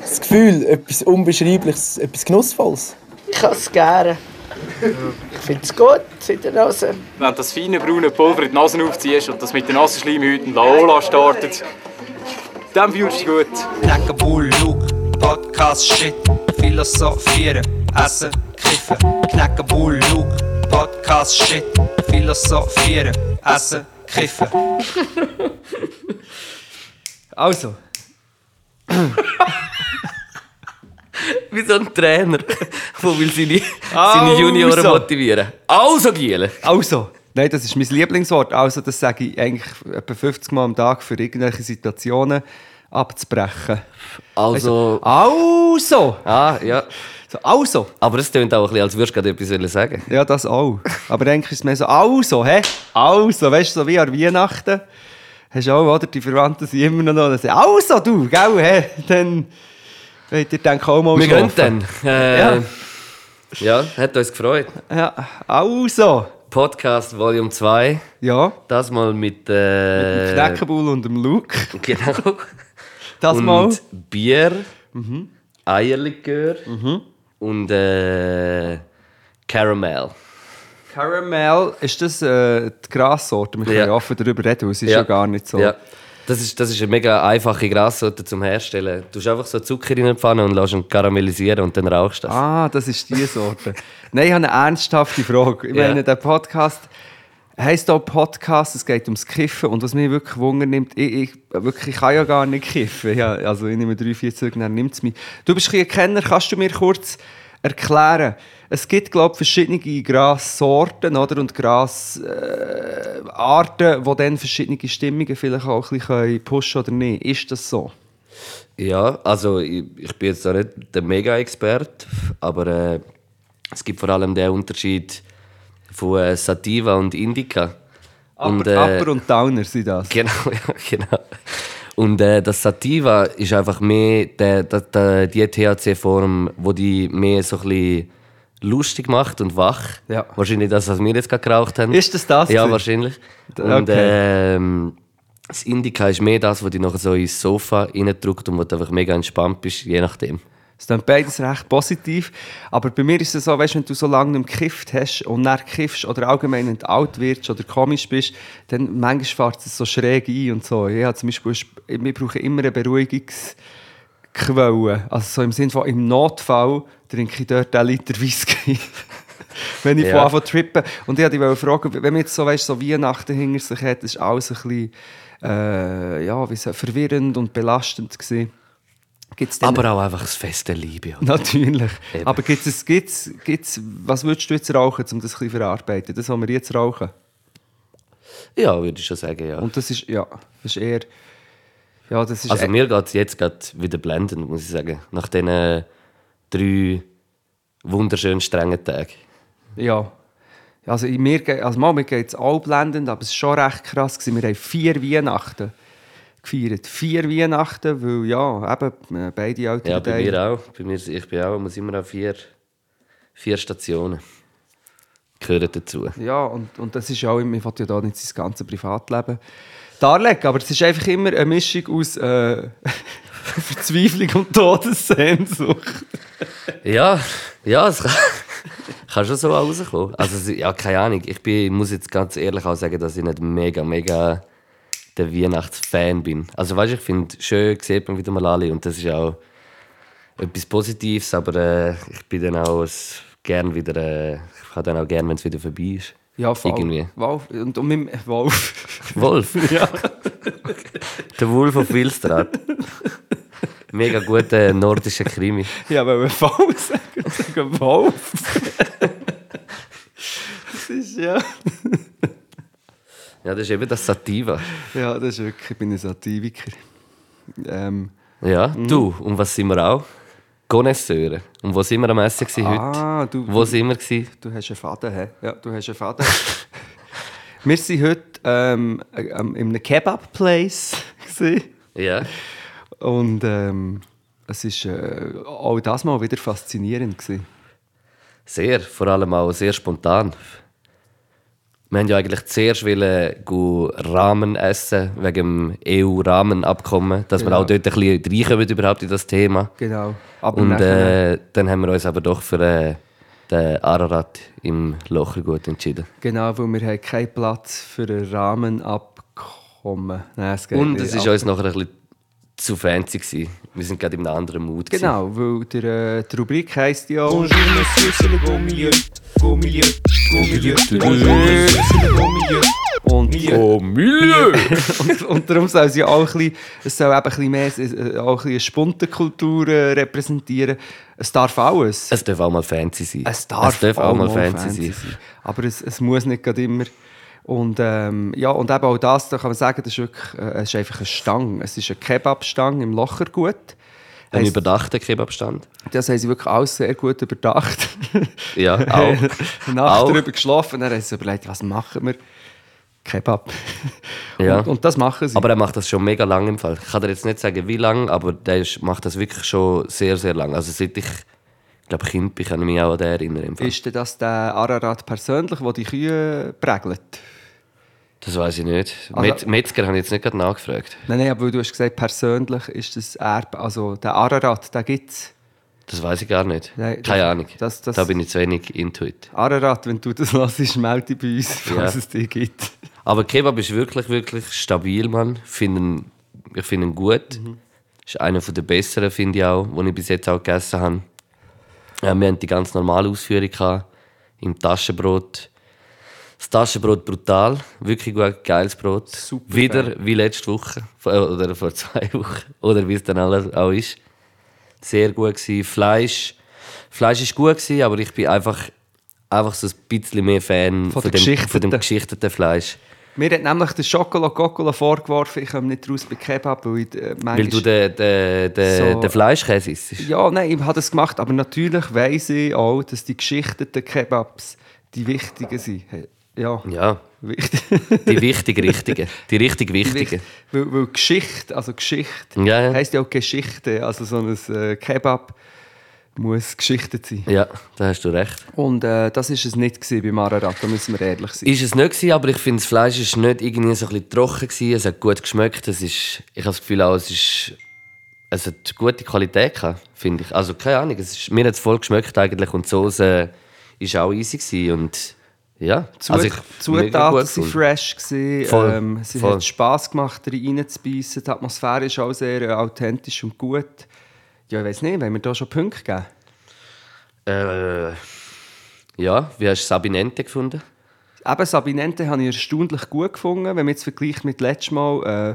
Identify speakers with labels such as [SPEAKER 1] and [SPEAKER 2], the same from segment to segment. [SPEAKER 1] das Gefühl, etwas Unbeschreibliches, etwas Genussvolles.
[SPEAKER 2] Ich habe es gerne. Ich finde es gut in der Nase.
[SPEAKER 3] Wenn du das feine braune Pulver in die Nase aufziehst und das mit den nassen Schleimhäuten Laola startet, dann fühlst du dich gut.
[SPEAKER 4] Denken Bullug, Podcast Shit, Philosophieren, Essen, Kiffen. Knacken Bullug, Podcast Shit, Philosophieren, Essen, Kiffen.
[SPEAKER 5] Also.
[SPEAKER 6] Wie so ein Trainer, der will seine,
[SPEAKER 5] Also.
[SPEAKER 6] seine Junioren motivieren. Also, Giele.
[SPEAKER 5] Also. Nein, das ist mein Lieblingswort. Also, das sage ich eigentlich etwa 50 Mal am Tag für irgendwelche Situationen abzubrechen.
[SPEAKER 6] Also.
[SPEAKER 5] Also!
[SPEAKER 6] Ah, ja.
[SPEAKER 5] So, also!
[SPEAKER 6] Aber es tönt auch ein bisschen, als würdest du gerade etwas wollen sagen.
[SPEAKER 5] Ja, das auch. Aber eigentlich ist es mehr so, also, hä? Also, weißt du, so wie an Weihnachten. Hast du auch, oder? Die Verwandten sind immer noch da. und sagen, Also, du, gell, hä? Dann. Wollt ihr denken auch mal
[SPEAKER 6] Wir gehen
[SPEAKER 5] schlafen?
[SPEAKER 6] dann. Äh, ja. hat uns gefreut.
[SPEAKER 5] Ja, also.
[SPEAKER 6] Podcast Volume 2.
[SPEAKER 5] Ja,
[SPEAKER 6] Das mal mit. Äh,
[SPEAKER 5] äh, Knäckebull und dem Luke.
[SPEAKER 6] Genau.
[SPEAKER 5] Das
[SPEAKER 6] und
[SPEAKER 5] mal.
[SPEAKER 6] Bier, Eierlikör und äh, Caramel.
[SPEAKER 5] Caramel, ist das äh, die Grassorte? Wir können
[SPEAKER 6] Ja.
[SPEAKER 5] ja. offen darüber reden, weil es ist ja.
[SPEAKER 6] Ja.
[SPEAKER 5] gar nicht so.
[SPEAKER 6] Ja. Das ist, das ist eine mega einfache Grassorte zum Herstellen. Du hast einfach so Zucker in eine Pfanne und lässt ihn karamellisieren und dann rauchst du das.
[SPEAKER 5] Ah, das ist die Sorte. Nein, ich habe eine ernsthafte Frage. Ich
[SPEAKER 6] Ja.
[SPEAKER 5] meine, der Podcast heisst auch Podcast, es geht ums Kiffen. Und was mich wirklich Wunder nimmt, ich, ich, wirklich, ich kann ja gar nicht kiffen. Ja, also ich nehme drei, vier Züge, dann nimmt es mich. Du bist ein bisschen ein Kenner, kannst du mir kurz erklären? Es gibt, glaube ich, verschiedene Grassorten oder? und Grasarten, äh, Arten, die dann verschiedene Stimmungen vielleicht auch ein bisschen pushen können oder nicht. Ist das so?
[SPEAKER 6] Ja, also ich, ich bin jetzt auch nicht der Mega-Experte, aber äh, es gibt vor allem den Unterschied von äh, Sativa und Indica.
[SPEAKER 5] Upper
[SPEAKER 6] Und,
[SPEAKER 5] und,
[SPEAKER 6] äh,
[SPEAKER 5] Upper und Downer sind das.
[SPEAKER 6] Genau, ja, genau. Und äh, das Sativa ist einfach mehr der, der, der, die THC-Form, wo die mehr so ein bisschen lustig macht und wach.
[SPEAKER 5] Ja.
[SPEAKER 6] Wahrscheinlich das, was wir jetzt gerade geraucht haben.
[SPEAKER 5] Ist das das
[SPEAKER 6] Ja,
[SPEAKER 5] gewesen?
[SPEAKER 6] wahrscheinlich.
[SPEAKER 5] D-
[SPEAKER 6] Und
[SPEAKER 5] okay.
[SPEAKER 6] ähm, das Indica ist mehr das, wo die nachher so ins Sofa reindrückt und wo du einfach mega entspannt bist, je nachdem.
[SPEAKER 5] Es klingt beides recht positiv. Aber bei mir ist es so, weißt, wenn du so lange nicht mehr gekifft hast und dann kiffst oder allgemein nicht alt wirst oder komisch bist, dann manchmal fährt es so schräg ein und so. Ich habe zum Beispiel, wir brauchen immer eine Beruhigungsquelle. Also so im Sinne von, im Notfall trinke ich dort einen Liter Whisky. wenn ich
[SPEAKER 6] Ja.
[SPEAKER 5] von Anfang an trippen. Und ich wollte dich fragen, wenn man jetzt so, weißt, so Weihnachten hinter sich hat, ist alles ein bisschen äh, ja, wie so, verwirrend und belastend gewesen. Gibt's denn
[SPEAKER 6] Aber auch einfach das Fest der Liebe. oder?
[SPEAKER 5] Natürlich. Aber gibt's es, gibt's, gibt's, was würdest du jetzt rauchen, um das ein bisschen verarbeiten? Das, was wir jetzt rauchen.
[SPEAKER 6] Ja, würde ich schon sagen, ja.
[SPEAKER 5] Und das ist, ja, das ist eher. Ja, das ist.
[SPEAKER 6] Also
[SPEAKER 5] e-
[SPEAKER 6] mir geht es jetzt gerade wieder blendend, muss ich sagen. Nach diesen äh, drei wunderschönen, strengen Tagen.
[SPEAKER 5] e- ja. Also, in mir, ge- also mal, mir geht es auch blendend, aber es war schon recht krass. Gewesen. Wir haben vier Weihnachten gefeiert. Vier Weihnachten, weil ja, eben äh, beide Eltern.
[SPEAKER 6] Ja, bei
[SPEAKER 5] teilen.
[SPEAKER 6] mir auch. Bei mir, ich bin auch, muss immer an vier, vier Stationen. Gehören dazu.
[SPEAKER 5] Ja, und, und das ist ja auch, immer- ich will ja da nicht sein ganzes Privatleben darlegen, aber es ist einfach immer eine Mischung aus äh, Verzweiflung und Todessehnsucht.
[SPEAKER 6] Ja, ja, es kann, kann schon so auch rauskommen. Also, es- ja, keine Ahnung. Ich bin, muss jetzt ganz ehrlich auch sagen, dass ich nicht mega, mega der Weihnachtsfan bin. Also, weißt du, ich finde, schön sieht man wieder mal alle und das ist auch etwas Positives, aber äh, ich bin dann auch s- gern wieder, äh, ich habe dann auch gern, wenn es wieder vorbei ist.
[SPEAKER 5] Ja, voll.
[SPEAKER 6] Irgendwie.
[SPEAKER 5] Wolf, und, und mit dem Wolf.
[SPEAKER 6] Wolf? Ja. der Wolf auf Wilstraat. Mega guter nordischer Krimi.
[SPEAKER 5] Ja, weil wir Wolf sagen, sagen Wolf. das ist ja.
[SPEAKER 6] Ja, das ist eben das Sativa.
[SPEAKER 5] Ja, das ist wirklich, ich bin ein Sativiker. Ähm,
[SPEAKER 6] Ja, du, und was sind wir auch? Connoisseure. Und wo sind wir am Essen gewesen heute?
[SPEAKER 5] ah, du,
[SPEAKER 6] Wo sind wir? Gewesen?
[SPEAKER 5] Du hast einen Faden, hä? Ja, du hast einen Faden. Wir waren heute ähm, ähm, in einem Kebab-Place. gewesen.
[SPEAKER 6] Ja.
[SPEAKER 5] Und ähm, es war äh, auch das Mal wieder faszinierend. Gewesen.
[SPEAKER 6] Sehr, vor allem auch sehr spontan. Wir haben ja eigentlich zuerst wollen go Rahmen essen wegen dem EU-Rahmenabkommen, dass wir
[SPEAKER 5] Genau.
[SPEAKER 6] auch dort ein bisschen reinkommen überhaupt in das Thema.
[SPEAKER 5] Genau. Aber
[SPEAKER 6] Und
[SPEAKER 5] nachher-
[SPEAKER 6] äh, dann haben wir uns aber doch für äh, den Ararat im Lochergut entschieden.
[SPEAKER 5] genau, weil wir haben keinen Platz für ein Rahmenabkommen. Nein, es geht
[SPEAKER 6] Und
[SPEAKER 5] nicht.
[SPEAKER 6] es war
[SPEAKER 5] Aber-
[SPEAKER 6] uns nachher ein bisschen zu fancy. Gewesen. Wir sind gerade in einem anderen Mut.
[SPEAKER 5] Genau, weil der, äh, die Rubrik heisst ja...
[SPEAKER 4] Bonjour monsieur, c'est le beau milieu. Beau milieu, beau milieu. Bonjour monsieur, c'est le beau milieu.
[SPEAKER 5] Und
[SPEAKER 3] Oh, Mühe!
[SPEAKER 5] und, und darum soll es ja auch ein bisschen, es soll eben ein bisschen mehr äh, auch ein bisschen eine Spundenkultur äh, repräsentieren. Es darf alles.
[SPEAKER 6] Es darf auch mal fancy sein.
[SPEAKER 5] Es darf,
[SPEAKER 6] auch, mal fancy, sein.
[SPEAKER 5] Aber es, es muss nicht gerade immer. Und, ähm, ja, und eben auch das, da kann man sagen, das ist wirklich, äh, es ist einfach eine Stange. Es ist eine Kebabstange im Lochergut.
[SPEAKER 6] Ein
[SPEAKER 5] Heisst-
[SPEAKER 6] überdachter Kebabstand.
[SPEAKER 5] Das haben sie wirklich alles sehr gut überdacht.
[SPEAKER 6] Ja, auch.
[SPEAKER 5] Nacht
[SPEAKER 6] Auch.
[SPEAKER 5] darüber geschlafen, dann haben sie überlegt, was machen wir? Kebab.
[SPEAKER 6] Ja.
[SPEAKER 5] Und, und das machen sie.
[SPEAKER 6] Aber er macht das schon mega lang im Fall. Ich kann dir jetzt nicht sagen, wie lang, aber der ist, macht das wirklich schon sehr, sehr lang. Also seit ich, ich glaube, Kind bin, kann ich mich auch an den erinnern. Im Fall.
[SPEAKER 5] Ist denn das der Ararat persönlich, der die Kühe prägelt?
[SPEAKER 6] Das weiß ich nicht.
[SPEAKER 5] Also-
[SPEAKER 6] Met Metzger habe ich jetzt nicht gerade nachgefragt.
[SPEAKER 5] Nein, nein, aber weil du hast gesagt, persönlich ist das Erbe, also der Ararat, der gibt es.
[SPEAKER 6] Das weiß ich gar nicht.
[SPEAKER 5] Nein, das-
[SPEAKER 6] Keine Ahnung.
[SPEAKER 5] das- das-
[SPEAKER 6] da bin ich zu wenig intuit.
[SPEAKER 5] Ararat, wenn du das hörst, melde dich bei uns, falls
[SPEAKER 6] Ja.
[SPEAKER 5] es dich gibt.
[SPEAKER 6] Aber Kebab ist wirklich, wirklich stabil, Mann. Ich finde ihn, ich finde ihn gut. Ist einer der besseren, finde ich auch, den ich bis jetzt auch gegessen habe. Ja, wir hatten die ganz normale Ausführung gehabt, im Taschenbrot. Das Taschenbrot brutal, wirklich gut, geiles Brot.
[SPEAKER 5] Super
[SPEAKER 6] Wieder
[SPEAKER 5] geil.
[SPEAKER 6] wie letzte Woche vor- äh, oder vor zwei Wochen oder wie es dann alles auch ist. Sehr gut gewesen. Fleisch, Fleisch ist gut gewesen, aber ich bin einfach, einfach so ein bisschen mehr Fan
[SPEAKER 5] Von der
[SPEAKER 6] dem, von dem
[SPEAKER 5] geschichteten.
[SPEAKER 6] geschichteten Fleisch.
[SPEAKER 5] Mir hat nämlich der Schokolacocola vorgeworfen, ich komme nicht raus bei Kebab, weil ich äh,
[SPEAKER 6] Weil du
[SPEAKER 5] manchmal...
[SPEAKER 6] den, den, den,
[SPEAKER 5] So-
[SPEAKER 6] den Fleischkäse isst.
[SPEAKER 5] Ja, nein, ich habe das gemacht, aber natürlich weiss ich auch, dass die geschichteten Kebabs die wichtigen sind. Ja,
[SPEAKER 6] Ja,
[SPEAKER 5] wichtig.
[SPEAKER 6] die wichtig Richtigen. Die richtig Wichtigen.
[SPEAKER 5] Weil, weil Geschichte, also Geschichte,
[SPEAKER 6] Ja, ja.
[SPEAKER 5] heisst ja auch Geschichte. Also so ein äh, Kebab muss geschichtet sein.
[SPEAKER 6] Ja, da hast du recht.
[SPEAKER 5] Und äh, das ist es nicht gewesen beim Ararat, da müssen wir ehrlich sein.
[SPEAKER 6] Ist es nicht gewesen, aber ich finde, das Fleisch ist nicht irgendwie so ein bisschen trocken gewesen. Es hat gut geschmeckt. Es ist, ich habe das Gefühl auch, es ist, es hat gute Qualität gehabt, finde ich. Also keine Ahnung, es ist, mir hat es voll geschmeckt eigentlich und die Soße ist auch easy gewesen und ja.
[SPEAKER 5] Zut also
[SPEAKER 6] mega gut
[SPEAKER 5] Zutaten waren
[SPEAKER 6] gefunden.
[SPEAKER 5] fresh, gewesen,
[SPEAKER 6] Voll,
[SPEAKER 5] ähm, es
[SPEAKER 6] voll.
[SPEAKER 5] hat Spass gemacht, reinzubeissen, die Atmosphäre ist auch sehr äh, authentisch und gut. Ja, ich weiss nicht, wollen wir da schon Punkte geben?
[SPEAKER 6] Äh, ja, wie hast du Sabinente gefunden?
[SPEAKER 5] Eben, Sabinente habe ich erstaunlich gut gefunden, wenn man jetzt vergleicht mit letztem Mal, äh,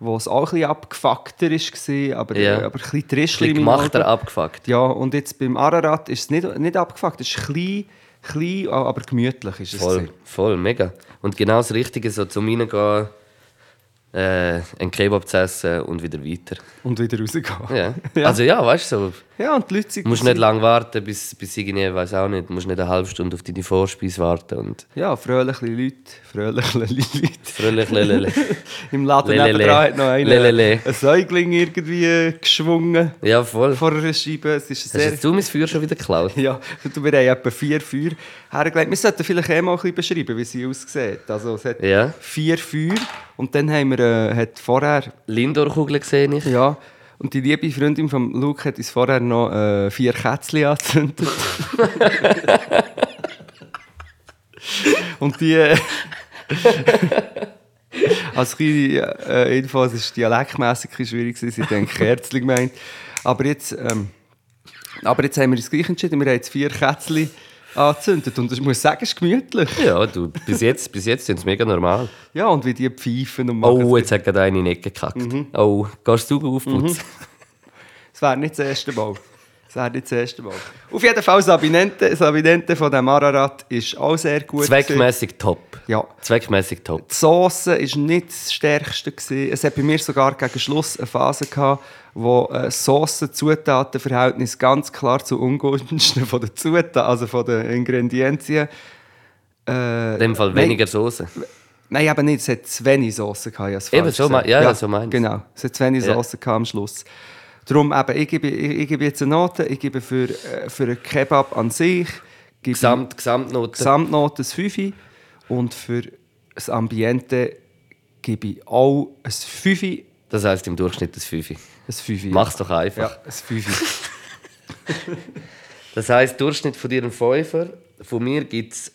[SPEAKER 5] wo es auch ein bisschen abgefuckter war, aber,
[SPEAKER 6] Ja.
[SPEAKER 5] äh, aber ein bisschen
[SPEAKER 6] Ein
[SPEAKER 5] Trischli
[SPEAKER 6] bisschen
[SPEAKER 5] in meinen
[SPEAKER 6] gemacht,
[SPEAKER 5] Augen.
[SPEAKER 6] er abgefuckt.
[SPEAKER 5] Ja, und jetzt beim Ararat ist es nicht, nicht abgefuckt, es ist klein, klein, a- aber gemütlich ist es.
[SPEAKER 6] Voll,
[SPEAKER 5] gewesen.
[SPEAKER 6] voll, mega. Und genau das Richtige, so zum Reingehen, äh, einen Kebab zu essen und wieder weiter.
[SPEAKER 5] Und wieder rausgehen.
[SPEAKER 6] Ja.
[SPEAKER 5] Ja.
[SPEAKER 6] Also ja, weißt du, so,
[SPEAKER 5] Ja, und die Leute sind...
[SPEAKER 6] du musst nicht lange warten, bis, bis irgendwie, weiß auch nicht, du musst nicht eine halbe Stunde auf deine Vorspeise warten und
[SPEAKER 5] Ja, fröhliche Leute, fröhliche Leute.
[SPEAKER 6] fröhlich lelele.
[SPEAKER 5] Im Laden
[SPEAKER 6] Lelele.
[SPEAKER 5] nebenan hat noch
[SPEAKER 6] Lelele.
[SPEAKER 5] einer ein Säugling irgendwie äh, geschwungen
[SPEAKER 6] Ja, voll. Hast
[SPEAKER 5] vor einer Scheibe. Es ist sehr...
[SPEAKER 6] jetzt du mein Feuer schon wieder geklaut?
[SPEAKER 5] Ja, du, wir haben etwa vier Feuer hergelegt. Wir sollten vielleicht eh mal ein bisschen beschreiben, wie sie aussieht. Also es hat
[SPEAKER 6] Ja.
[SPEAKER 5] vier Feuer und dann haben wir, äh, hat vorher,
[SPEAKER 6] Lindor-Kugel gesehen ich.
[SPEAKER 5] ja, und die liebe Freundin von Luke hat uns vorher noch äh, vier Kätzchen angezündet. und die... Äh, als kleine äh, Info, es war dialektmässig ein bisschen schwierig, gewesen, sie haben Kerzli gemeint. Aber jetzt... Ähm, aber jetzt haben wir uns gleich entschieden, wir haben jetzt vier Kätzchen angezündet. Und ich muss sagen, es ist gemütlich.
[SPEAKER 6] Ja, du, bis jetzt, bis jetzt sind es mega normal.
[SPEAKER 5] Ja, und wie die pfeifen und machen.
[SPEAKER 6] Oh, jetzt hat gerade eine in die Ecke gekackt.
[SPEAKER 5] Mhm.
[SPEAKER 6] Oh, gehst du aufputzen?
[SPEAKER 5] Es wäre nicht das erste Mal. Es wäre nicht das erste Mal. Auf jeden Fall, das Abinente, das Abinente von dem Ararat ist auch sehr gut. gewesen.
[SPEAKER 6] Zweckmäßig top.
[SPEAKER 5] Ja.
[SPEAKER 6] Zweckmäßig top.
[SPEAKER 5] Die Sauce war nicht das Stärkste. Gewesen. Es hat bei mir sogar gegen Schluss eine Phase gehabt, wo äh, Sauce-Zutaten-Verhältnis ganz klar zu Ungunsten von der Zutaten, also von den Ingredienzien.
[SPEAKER 6] In dem Fall
[SPEAKER 5] nein.
[SPEAKER 6] weniger Soße.
[SPEAKER 5] Nein, eben nicht. Es hat zu wenig Sauce gehabt. ich hab's
[SPEAKER 6] Eben,
[SPEAKER 5] falsch
[SPEAKER 6] so
[SPEAKER 5] gesagt.
[SPEAKER 6] mein- ja, ja, so meine ich's.
[SPEAKER 5] Genau. Es hat zu wenig
[SPEAKER 6] Ja.
[SPEAKER 5] Sauce gehabt am Schluss. Darum eben, ich gebe, ich, ich gebe jetzt eine Note. Ich gebe für, äh, für einen Kebab an sich. Gebe
[SPEAKER 6] Gesamt, Gesamtnote.
[SPEAKER 5] Gesamtnote ein 5. Und für das Ambiente gebe ich auch ein 5. Ein
[SPEAKER 6] Das heisst im Durchschnitt das 5.
[SPEAKER 5] 5.
[SPEAKER 6] Mach's doch einfach.
[SPEAKER 5] Ja, ein 5.
[SPEAKER 6] Das heisst, Durchschnitt von dir ein Fünfer. Von mir gibt es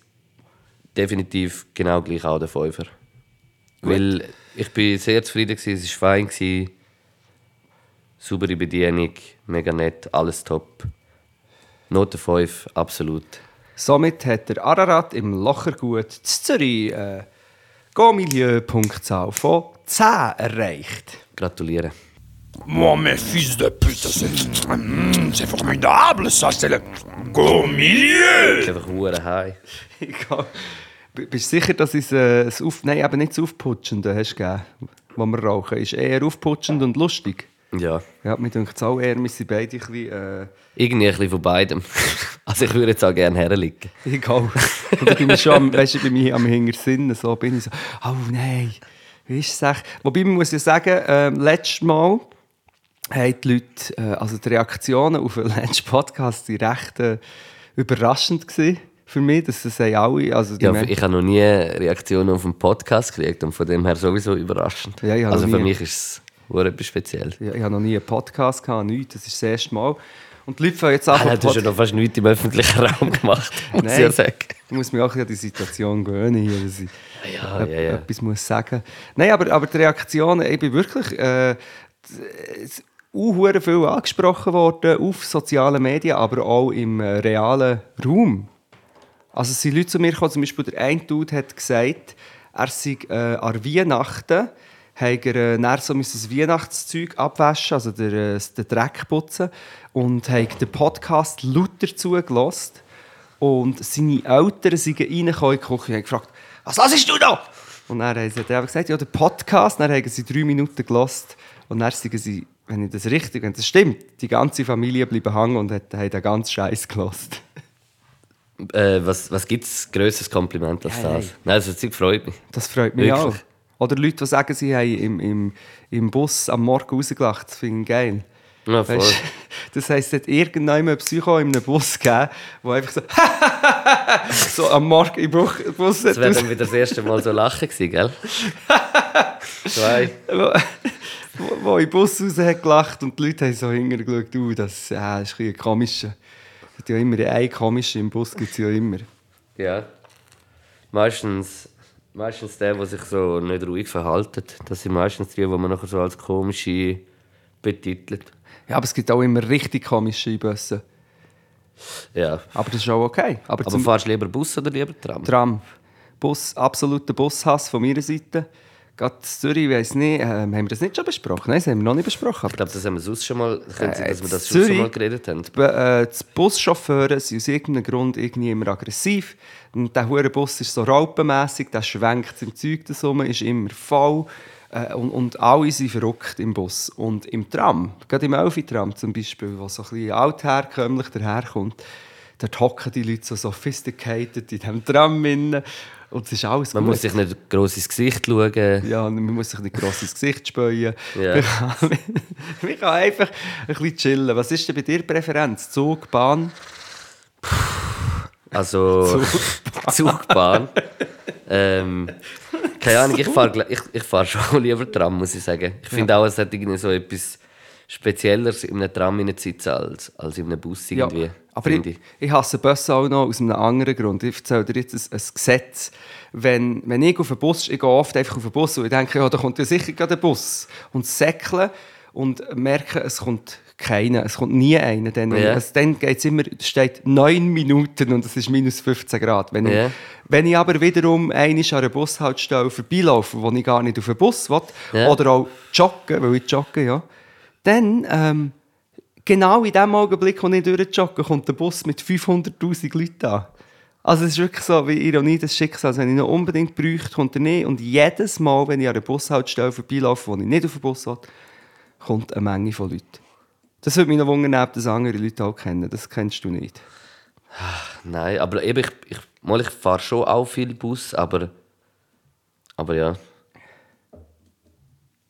[SPEAKER 6] definitiv genau gleich auch den Fünfer. Weil ich bin sehr zufrieden, gewesen, es war fein. Gewesen. Saubere Bedienung, mega nett, alles top. Note 5, absolut.
[SPEAKER 5] Somit hat der Ararat im Lochergut zu Zürich äh, Go-Milieu-Punktzahl von 10 erreicht.
[SPEAKER 6] Gratuliere.
[SPEAKER 7] Moi, mes fils de pute, ça, c'est. Mm, c'est formidable, ça, c'est le. Go milieu!
[SPEAKER 6] Ist einfach hure high.
[SPEAKER 5] Egal. B- Bist du sicher, dass es äh, das Auf... Nein, eben nicht das Aufputschende hast gegeben, was wir rauchen. Ist eher aufputschend und lustig.
[SPEAKER 6] Ja.
[SPEAKER 5] Ja, mir denkt es auch eher, wir sind beide ein bisschen...
[SPEAKER 6] Irgendwie ein bisschen von beidem. Also ich würde jetzt auch gerne herliegen.
[SPEAKER 5] Äh, egal. Und ich bin mir schon am, weißt du, bei mir am Hingersinnen, so bin ich so... Oh nein, wie ist es echt? Wobei, man muss ja sagen, äh, letztes Mal haben die Leute... Äh, also die Reaktionen auf den letzten Podcast waren recht äh, überraschend gewesen für mich, dass das haben alle... Also die
[SPEAKER 6] Ja,
[SPEAKER 5] Menschen-
[SPEAKER 6] ich habe noch nie Reaktionen auf einen Podcast gekriegt und von dem her sowieso überraschend.
[SPEAKER 5] Ja, ich habe
[SPEAKER 6] also
[SPEAKER 5] noch
[SPEAKER 6] für
[SPEAKER 5] nie.
[SPEAKER 6] mich ist es hure etwas speziell.
[SPEAKER 5] Ja, ich habe noch nie einen Podcast gehabt, nichts. Das ist das erste Mal. Und die Leute fangen jetzt an.
[SPEAKER 6] Ah, du hast ja noch fast nichts im öffentlichen Raum gemacht, muss ich
[SPEAKER 5] Nein.
[SPEAKER 6] ja sagen.
[SPEAKER 5] Ich muss mich auch ein bisschen an die Situation gewöhnen, hier, dass ich
[SPEAKER 6] Ja, ja, ja.
[SPEAKER 5] etwas muss sagen muss. Nein, aber, aber die Reaktion, ich bin wirklich äh, unhure viel angesprochen worden auf sozialen Medien, aber auch im äh, realen Raum. Also es sind Leute zu mir gekommen, zum Beispiel der eine Dude hat gesagt, er sei äh, an Weihnachten, hat er äh, nachher so müssen das Weihnachtszeug abwaschen, also der, äh, den Dreck putzen und hat den Podcast lauter zugelassen und seine Eltern sind reingekommen in die Küche und haben gefragt, «Was hörst du da?» Und dann haben sie hat er einfach gesagt, «Ja, den Podcast.» Dann haben sie drei Minuten gelassen und dann sind sie, wenn ich das richtig, wenn das stimmt, die ganze Familie blieben hängen und hat, hat den ganzen Scheiß gelassen.
[SPEAKER 6] Äh, was was gibt es grösseres Kompliment als das? Nein, also das Zeug freut mich.
[SPEAKER 5] Das freut mich
[SPEAKER 6] Wirklich.
[SPEAKER 5] auch. Oder Leute, die sagen, sie haben im, im, im Bus am Morgen rausgelacht. Das finde ich geil.
[SPEAKER 6] Ja, voll.
[SPEAKER 5] Weißt, das heisst, es hat irgendjemand einen Psycho in einem Bus gegeben, der einfach so, so am Morgen im Bus, Bus hat
[SPEAKER 6] Das wäre dann wieder das erste Mal so lachen gewesen, gell? Zwei.
[SPEAKER 5] wo, wo im Bus raus hat gelacht und die Leute haben so hingeschaut, uh, das, äh, das ist ein bisschen komisch. Es hat ja immer einen komischen im Bus, gibt es ja immer.
[SPEAKER 6] Ja. Meistens, meistens der, der sich so nicht ruhig verhaltet. Das sind meistens die, die man nachher so als komische betitelt.
[SPEAKER 5] Ja, aber es gibt auch immer richtig komische in Bussen.
[SPEAKER 6] Ja.
[SPEAKER 5] Aber das ist auch okay. Aber,
[SPEAKER 6] Aber
[SPEAKER 5] zum-
[SPEAKER 6] fahrst du lieber Bus oder lieber Tram?
[SPEAKER 5] Tram. Bus, absoluter Bushass von meiner Seite. Gerade in Zürich, ich weiss nicht, ähm, haben wir das nicht schon besprochen? Nein, das haben wir noch nicht besprochen.
[SPEAKER 6] Ich
[SPEAKER 5] Aber
[SPEAKER 6] glaube, das haben wir sonst schon mal, können Sie,
[SPEAKER 5] Äh,
[SPEAKER 6] dass wir das
[SPEAKER 5] Zürich-
[SPEAKER 6] schon mal geredet haben.
[SPEAKER 5] die, äh, die Buschauffeure sind aus irgendeinem Grund irgendwie immer aggressiv. Und der hure Bus ist so raupenmässig, der schwenkt im Zeug das rum, ist immer voll. Äh, und, und alle sind verrückt im Bus. Und im Tram, gerade im Elfi-Tram zum Beispiel, wo so ein bisschen altherkömmlich daherkommt, dort hocken die Leute so sophisticated in diesem Tram. Innen. Und es ist alles
[SPEAKER 6] Man
[SPEAKER 5] gut.
[SPEAKER 6] muss sich nicht gross ins Gesicht schauen.
[SPEAKER 5] Ja, und man muss sich nicht gross ins Gesicht spähen.
[SPEAKER 6] Ja.
[SPEAKER 5] Man, kann, man kann einfach ein bisschen chillen. Was ist denn bei dir die Präferenz? Zug, Bahn?
[SPEAKER 6] Also Zugbahn. ähm, keine Ahnung, ich fahre ich, ich fahr schon lieber Tram, muss ich sagen. Ich finde auch, es hat irgendwie so etwas Spezielleres in einem Tram zu sitzen als, als in einem Bus irgendwie.
[SPEAKER 5] Aber
[SPEAKER 6] finde
[SPEAKER 5] ich, ich hasse Busse auch noch aus einem anderen Grund. Ich erzähle dir jetzt ein, ein Gesetz. Wenn, wenn ich auf den Bus ich gehe oft einfach auf den Bus und ich denke, ja, da kommt ja sicher gerade ein Bus. Und säckle und merke, es kommt keiner, es kommt nie einer. Dann,
[SPEAKER 6] Ja.
[SPEAKER 5] es, dann geht's immer, steht 9 Minuten und es ist minus 15 Grad. Wenn,
[SPEAKER 6] Ja.
[SPEAKER 5] ich, wenn ich aber wiederum einmal an einer Bushaltestelle vorbeilaufe, wo ich gar nicht auf den Bus will,
[SPEAKER 6] Ja.
[SPEAKER 5] oder auch joggen, weil ich jogge, ja, dann... Ähm, genau in dem Augenblick, wo ich durchjogge, kommt der Bus mit 500'000 Leuten an. Also es ist wirklich so wie Ironie des Schicksals. Wenn ich noch unbedingt bräuchte, kommt er nicht. Und jedes Mal, wenn ich an einer Bushaltestelle vorbeilaufe, wo ich nicht auf den Bus will, kommt eine Menge von Leuten. Das würde mich noch wundern, ob das andere Leute auch kennen. Das kennst du nicht.
[SPEAKER 6] ich. Nein, aber eben, ich, ich, mal, ich fahre schon auch viel Bus, aber, aber ja.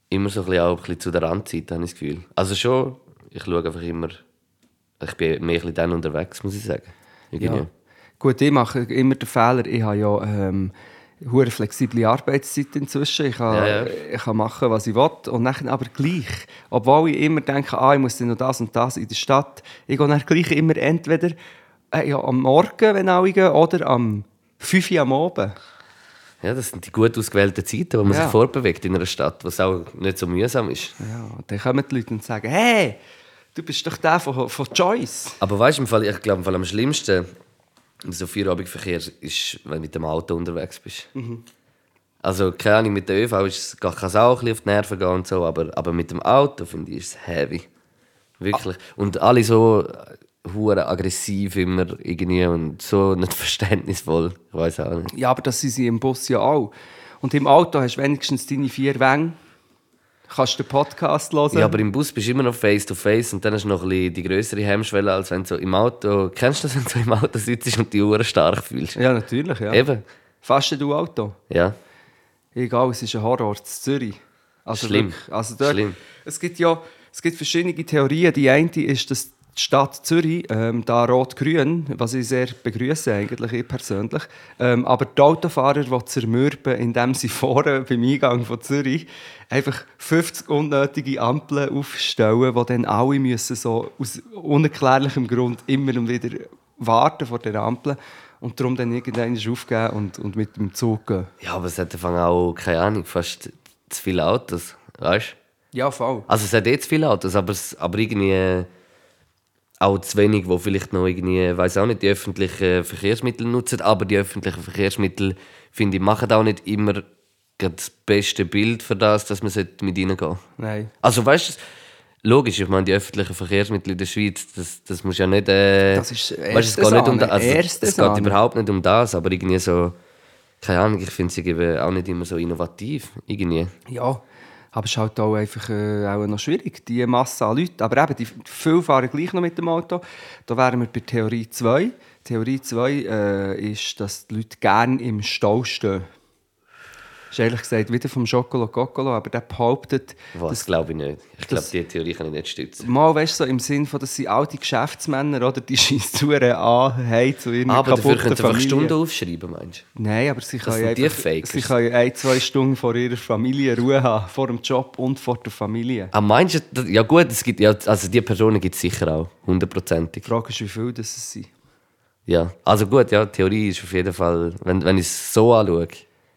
[SPEAKER 6] Immer so ein bisschen, auch ein bisschen zu der Randzeit, habe ich das Gefühl. Also schon, ich schaue einfach immer, ich bin mehr ein bisschen dann Genau. unterwegs, muss ich sagen. Irgendwie.
[SPEAKER 5] Gut, ich mache immer den Fehler, ich habe ja ähm, hure flexible Arbeitszeit inzwischen. Ich kann,
[SPEAKER 6] Ja, ja.
[SPEAKER 5] ich kann machen, was ich will. Und dann aber gleich, obwohl ich immer denke, ah, ich muss dann noch das und das in der Stadt, ich gehe dann gleich immer entweder äh, ja, am Morgen, wenn alle gehen, oder am 5 Uhr am Abend.
[SPEAKER 6] Ja, das sind die gut ausgewählten Zeiten, wo man
[SPEAKER 5] Ja.
[SPEAKER 6] sich vorbewegt in einer Stadt, was auch nicht so mühsam ist.
[SPEAKER 5] Ja, und dann kommen die Leute und sagen, hey, du bist doch der von, von Joyce.
[SPEAKER 6] Aber weißt du, im Fall- ich glaube, im Fall am schlimmsten im so Feierabendverkehr ist, wenn du mit dem Auto unterwegs bist. Also, keine Ahnung, mit der ÖV ist es- kann es auch ein bisschen auf die Nerven gehen und so, aber, aber mit dem Auto, finde ich, ist es heavy. Wirklich. Und alle so äh, hure aggressiv immer irgendwie und so nicht verständnisvoll. Ich weiß auch nicht.
[SPEAKER 5] Ja, aber das sind sie im Bus ja auch. Und im Auto hast du wenigstens deine vier Wänge, kannst den Podcast hören.
[SPEAKER 6] Ja, aber im Bus bist du immer noch face to face und dann hast du noch ein bisschen die größere Hemmschwelle, als wenn du so im Auto. Kennst du das, wenn du so im Auto sitzt und die Uhr stark fühlst?
[SPEAKER 5] ja natürlich, ja.
[SPEAKER 6] Eben.
[SPEAKER 5] Fast du Auto.
[SPEAKER 6] Ja.
[SPEAKER 5] Egal, es ist ein Horror in Zürich. Also
[SPEAKER 6] Schlimm.
[SPEAKER 5] wirklich, Also dort,
[SPEAKER 6] Schlimm.
[SPEAKER 5] Es gibt ja es gibt verschiedene Theorien. Die eine ist, dass die Stadt Zürich, ähm, da rot-grün, was ich sehr begrüße eigentlich, ich persönlich, ähm, aber die Autofahrer, die zermürben, indem sie vorne beim Eingang von Zürich einfach 50 unnötige Ampeln aufstellen, die dann alle müssen so aus unerklärlichem Grund immer und wieder warten vor der Ampel und darum dann irgendwann aufgeben und, und mit dem Zug gehen.
[SPEAKER 6] Ja, aber es hat Anfang auch, keine Ahnung, fast zu viele Autos. Weißt du?
[SPEAKER 5] Ja, voll.
[SPEAKER 6] Also, es hat eh zu viele Autos, aber, es, aber irgendwie äh, auch zu wenig, die vielleicht noch irgendwie, weiß auch nicht, die öffentlichen Verkehrsmittel nutzen. Aber die öffentlichen Verkehrsmittel, finde ich, machen auch nicht immer gerade das beste Bild für das, dass man sollte mit ihnen gehen
[SPEAKER 5] Nein.
[SPEAKER 6] Also weißt du, logisch, ich meine, die öffentlichen Verkehrsmittel in der Schweiz, das, das muss ja nicht. Äh,
[SPEAKER 5] Das ist erste
[SPEAKER 6] weißt, du, es geht nicht
[SPEAKER 5] Sahne,
[SPEAKER 6] um das. Also, es
[SPEAKER 5] erste
[SPEAKER 6] geht
[SPEAKER 5] Sahne.
[SPEAKER 6] überhaupt nicht um das, aber irgendwie so. Keine Ahnung, ich finde sie eben auch nicht immer so innovativ. Irgendwie.
[SPEAKER 5] Ja, aber es ist halt auch einfach äh, auch noch schwierig, die Masse an Leuten. Aber eben, die viele fahren gleich noch mit dem Auto. Da wären wir bei Theorie 2. Theorie 2 äh, ist, dass die Leute gerne im Stau stehen. Das ist ehrlich gesagt wieder vom Schokolo Coccolo, aber der behauptet,
[SPEAKER 6] Was
[SPEAKER 5] dass
[SPEAKER 6] glaube ich nicht. Ich glaube,
[SPEAKER 5] das-
[SPEAKER 6] die Theorie kann ich nicht stützen.
[SPEAKER 5] Mal, weißt du, so im Sinn von, dass sie alte Geschäftsmänner, oder, die schießen zu an, hey, zu ihren
[SPEAKER 6] Ah, Aber dafür
[SPEAKER 5] kaputten
[SPEAKER 6] könnt ihr einfach
[SPEAKER 5] Familien.
[SPEAKER 6] Stunden aufschreiben, meinst du?
[SPEAKER 5] Nein, aber sie können,
[SPEAKER 6] sind die
[SPEAKER 5] einfach,
[SPEAKER 6] Fakers.
[SPEAKER 5] sie können ein, zwei Stunden vor ihrer Familie Ruhe haben, vor dem Job und vor der Familie.
[SPEAKER 6] Ah, meinst du, das- ja gut, es gibt, ja, also die Personen gibt es sicher auch, hundertprozentig.
[SPEAKER 5] Die Frage ist, wie viele das es sind.
[SPEAKER 6] Ja, also gut, ja, die Theorie ist auf jeden Fall, wenn, wenn ich es so anschaue,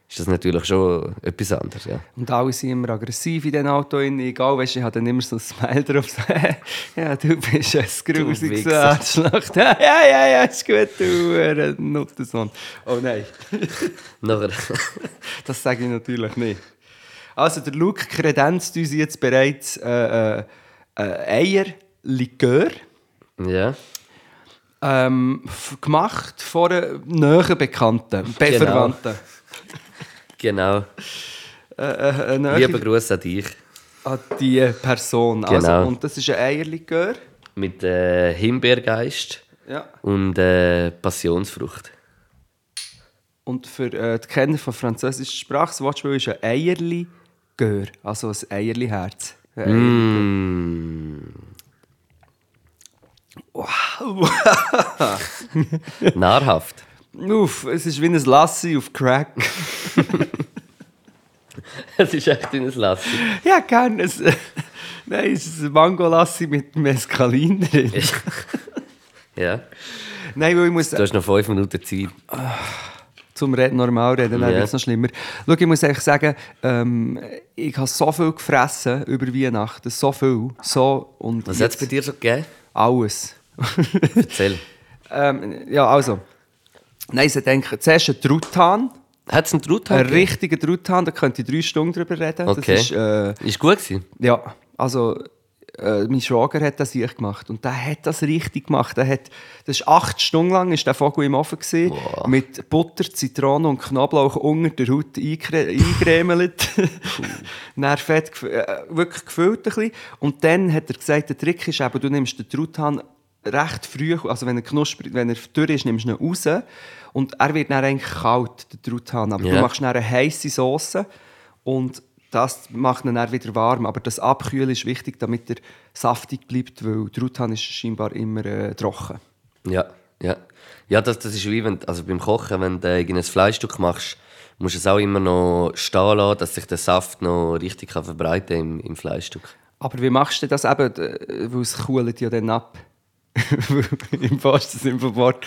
[SPEAKER 6] ist das natürlich schon etwas anderes, ja.
[SPEAKER 5] Und alle sind immer aggressiv in diesem Auto. drin. Egal, weißt, du, ich habe dann immer so ein Smile drauf. so, ja, du bist ein grusiges
[SPEAKER 6] Wichser.
[SPEAKER 5] Arschloch. Ja, ja, ja, ist gut, du äh, Nuttensohn. Oh nein,
[SPEAKER 6] Nachher,
[SPEAKER 5] das sage ich natürlich nicht. Also, der Luke kredenzt uns jetzt bereits äh, äh, äh, Eier, Likör.
[SPEAKER 6] ja.
[SPEAKER 5] Ähm, f- gemacht von einer nahen Bekannten,
[SPEAKER 6] Genau.
[SPEAKER 5] Verwandten.
[SPEAKER 6] Genau.
[SPEAKER 5] Äh, äh, nahe-
[SPEAKER 6] Lieber Gruß an dich.
[SPEAKER 5] an die Person. Also,
[SPEAKER 6] Genau.
[SPEAKER 5] und das ist ein Eierlikör.
[SPEAKER 6] Mit äh, Himbeergeist
[SPEAKER 5] Ja.
[SPEAKER 6] und äh, Passionsfrucht.
[SPEAKER 5] Und für äh, die Kenner von französischer Sprache, das Wortspiel ist ein Eierlikör. Also ein Eierliherz. Äh, Ein
[SPEAKER 6] Nahrhaft.
[SPEAKER 5] Eier- Uff, es ist wie ein Lassi auf Crack.
[SPEAKER 6] Es ist echt in ein Lassi.
[SPEAKER 5] ja, gerne. Es, nein, es ist ein Mangolassi mit Mescalin drin.
[SPEAKER 6] ja.
[SPEAKER 5] nein, weil ich muss...
[SPEAKER 6] Du hast noch fünf Minuten Zeit.
[SPEAKER 5] zum Red normal reden, dann
[SPEAKER 6] Ja.
[SPEAKER 5] wird es noch schlimmer. Schau, ich muss eigentlich sagen, ähm, ich habe so viel gefressen über Weihnachten, so viel, so und
[SPEAKER 6] Was hat es bei dir so gegeben?
[SPEAKER 5] alles.
[SPEAKER 6] Erzähl.
[SPEAKER 5] ähm, ja, also. Nein, sie denken, zuerst ein Truthahn,
[SPEAKER 6] Hat es einen Truthahn?
[SPEAKER 5] ein
[SPEAKER 6] gegeben?
[SPEAKER 5] richtiger Truthahn, da könnte ich drei Stunden drüber reden.
[SPEAKER 6] Okay.
[SPEAKER 5] Das ist, äh,
[SPEAKER 6] Ist gut gewesen.
[SPEAKER 5] ja, also äh, mein Schwager hat das ich gemacht und der hat das richtig gemacht. Der hat, das ist acht Stunden lang ist der Vogel im Ofen gewesen, mit Butter, Zitrone und Knoblauch unter der Haut eingre eingremelt. Dann fett, gef- äh, wirklich gefüllt ein bisschen. Und dann hat er gesagt, der Trick ist eben, du nimmst den Truthahn recht früh, also wenn er knusprig, wenn er durch ist, nimmst du ihn raus und er wird dann eigentlich kalt, der Truthahn. Aber du
[SPEAKER 6] Ja.
[SPEAKER 5] machst dann eine heiße Soße und das macht ihn dann wieder warm. Aber das Abkühlen ist wichtig, damit er saftig bleibt, weil Truthahn ist scheinbar immer äh, trocken.
[SPEAKER 6] Ja. ja. Ja, das, das ist wie wenn, also beim Kochen, wenn du irgendein Fleischstück machst, musst du es auch immer noch stehen lassen, dass sich der Saft noch richtig kann verbreiten kann im, im Fleischstück.
[SPEAKER 5] Aber wie machst du das eben? äh, Weil es kühlt ja dann ab. Im wahrsten Sinne vom Wort.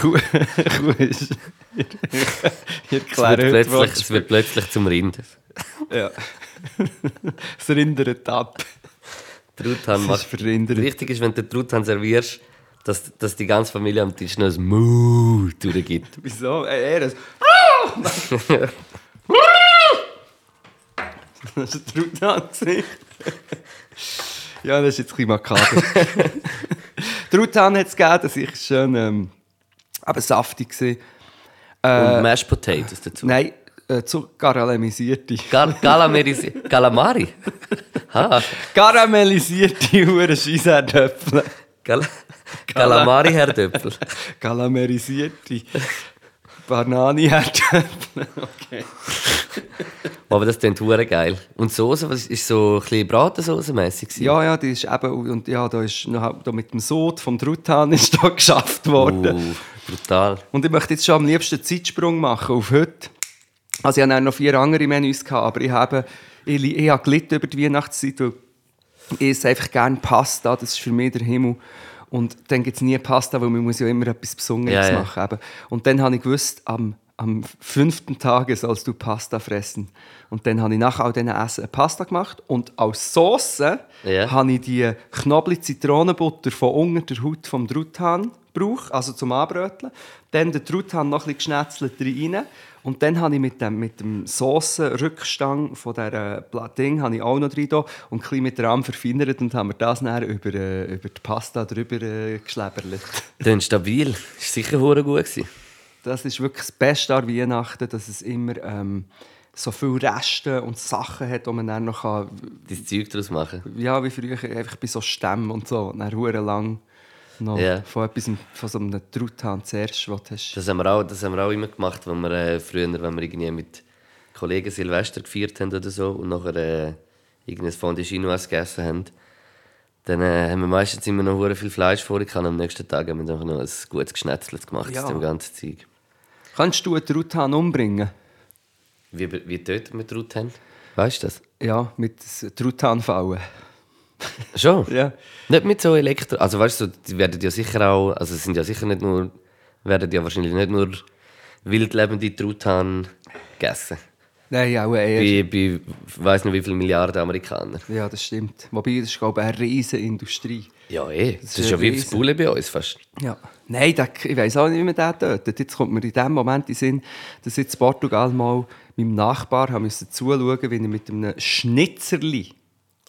[SPEAKER 5] Kuh Kuh ist... Ich
[SPEAKER 6] Es wird,
[SPEAKER 5] erkläre heute
[SPEAKER 6] plötzlich, es
[SPEAKER 5] Wort.
[SPEAKER 6] wird plötzlich zum Rind.
[SPEAKER 5] Ja. Es rindert ab.
[SPEAKER 6] Truthahn
[SPEAKER 5] ist
[SPEAKER 6] macht.
[SPEAKER 5] verhindert.
[SPEAKER 6] Wichtig ist, wenn du den Truthahn servierst, dass, dass die ganze Familie am Tisch noch ein Mu durchgibt.
[SPEAKER 5] Wieso? Äh, Er ist... Das war ein Truthahn. gewesen. Ja, das ist jetzt ein bisschen makaber. Truthahn hat es gegeben, das war schön... Ähm, aber saftig. Gewesen.
[SPEAKER 6] Und Mashed Potatoes dazu.
[SPEAKER 5] Äh, Nein, äh, zu karamellisierte.
[SPEAKER 6] Gal Galamerisi- Calamari. ha.
[SPEAKER 5] Karamellisierte Huren Scheisserdöpfel.
[SPEAKER 6] Gal Calamari, Herr Döppel.
[SPEAKER 5] Karamellisierte Banane Herdöpfel. Okay.
[SPEAKER 6] Oh, Aber das klingt hure geil. Und die Soße, was ist so ein bisschen Bratensoße-mässig? gewesen?
[SPEAKER 5] Ja, ja, die ist eben, und ja, da ist noch da mit dem Sod vom Truthahn ist da geschafft worden.
[SPEAKER 6] Uh, brutal.
[SPEAKER 5] Und ich möchte jetzt schon am liebsten einen Zeitsprung machen auf heute. Also ich hatte dann noch vier andere Menüs, gehabt, aber ich habe, ich, li- ich habe gelitten über die Weihnachtszeit, weil ich esse einfach gerne Pasta, das ist für mich der Himmel. Und dann gibt es nie Pasta, weil man muss ja immer etwas Besonderes
[SPEAKER 6] Ja, ja.
[SPEAKER 5] machen. Eben. Und dann habe ich gewusst, am, am fünften Tage sollst du Pasta fressen. Und dann habe ich nach all diesen Essen eine Pasta gemacht und als Sauce äh,
[SPEAKER 6] Ja.
[SPEAKER 5] habe ich die Knoblauch-Zitronenbutter von unter der Haut vom Truthahn gebraucht, also zum Anbröteln. Dann den Truthahn noch ein bisschen geschnetzelt rein. Und dann habe ich mit dem, mit dem Soßenrückstang von dieser Pla- Ding habe ich auch noch drin da und ein bisschen mit der Arm verfeinert und haben wir das dann über, äh, über die Pasta drüber äh, geschleberlet.
[SPEAKER 6] Dann stabil. Ist sicher hure gut gewesen.
[SPEAKER 5] Das ist wirklich das Beste an Weihnachten, dass es immer ähm, so viele Reste und Sachen hat, die man dann noch kann,
[SPEAKER 6] Dein Zeug daraus machen.
[SPEAKER 5] ja, wie früher, einfach bei so Stämmen und so, nach Huren lang noch
[SPEAKER 6] Ja.
[SPEAKER 5] von etwas, von so einem Truthahn zuerst, was du hast.
[SPEAKER 6] Das haben, wir auch, das haben wir auch immer gemacht, wenn wir äh, früher, wenn wir irgendwie mit Kollegen Silvester gefeiert haben oder so und nachher äh, irgendein Fondue Chinoise gegessen haben, dann äh, haben wir meistens immer noch hure viel Fleisch vorher gehabt und am nächsten Tag haben wir dann noch ein gutes Geschnetzelt gemacht
[SPEAKER 5] Ja.
[SPEAKER 6] aus dem ganzen Zeug.
[SPEAKER 5] Kannst du einen Truthahn umbringen?
[SPEAKER 6] Wie, wie töten wir Truthahn? Weißt du das?
[SPEAKER 5] Ja, mit s- Truthahnfallen.
[SPEAKER 6] Schon?
[SPEAKER 5] Ja.
[SPEAKER 6] Nicht mit so Elektro. Also weißt du, die werden ja sicher auch, also es sind ja sicher nicht nur, werden ja wahrscheinlich nicht nur wildlebende Truthahn gegessen.
[SPEAKER 5] Nein, auch eher.
[SPEAKER 6] Bei, bei weiß nicht wie viele Milliarden Amerikaner.
[SPEAKER 5] Ja, das stimmt. Wobei, das ist, glaube ich, eine riesige Industrie.
[SPEAKER 6] Ja, eh. Das,
[SPEAKER 5] ist
[SPEAKER 6] ist
[SPEAKER 5] ja
[SPEAKER 6] ja wie das
[SPEAKER 5] riesig.
[SPEAKER 6] Bulle bei uns fast.
[SPEAKER 5] Ja. Nein, der, ich weiß auch nicht, wie man den tötet. Jetzt kommt mir in dem Moment in den Sinn, dass ich in Portugal mal meinem Nachbar haben musste zuschauen, wie er mit einem Schnitzerli.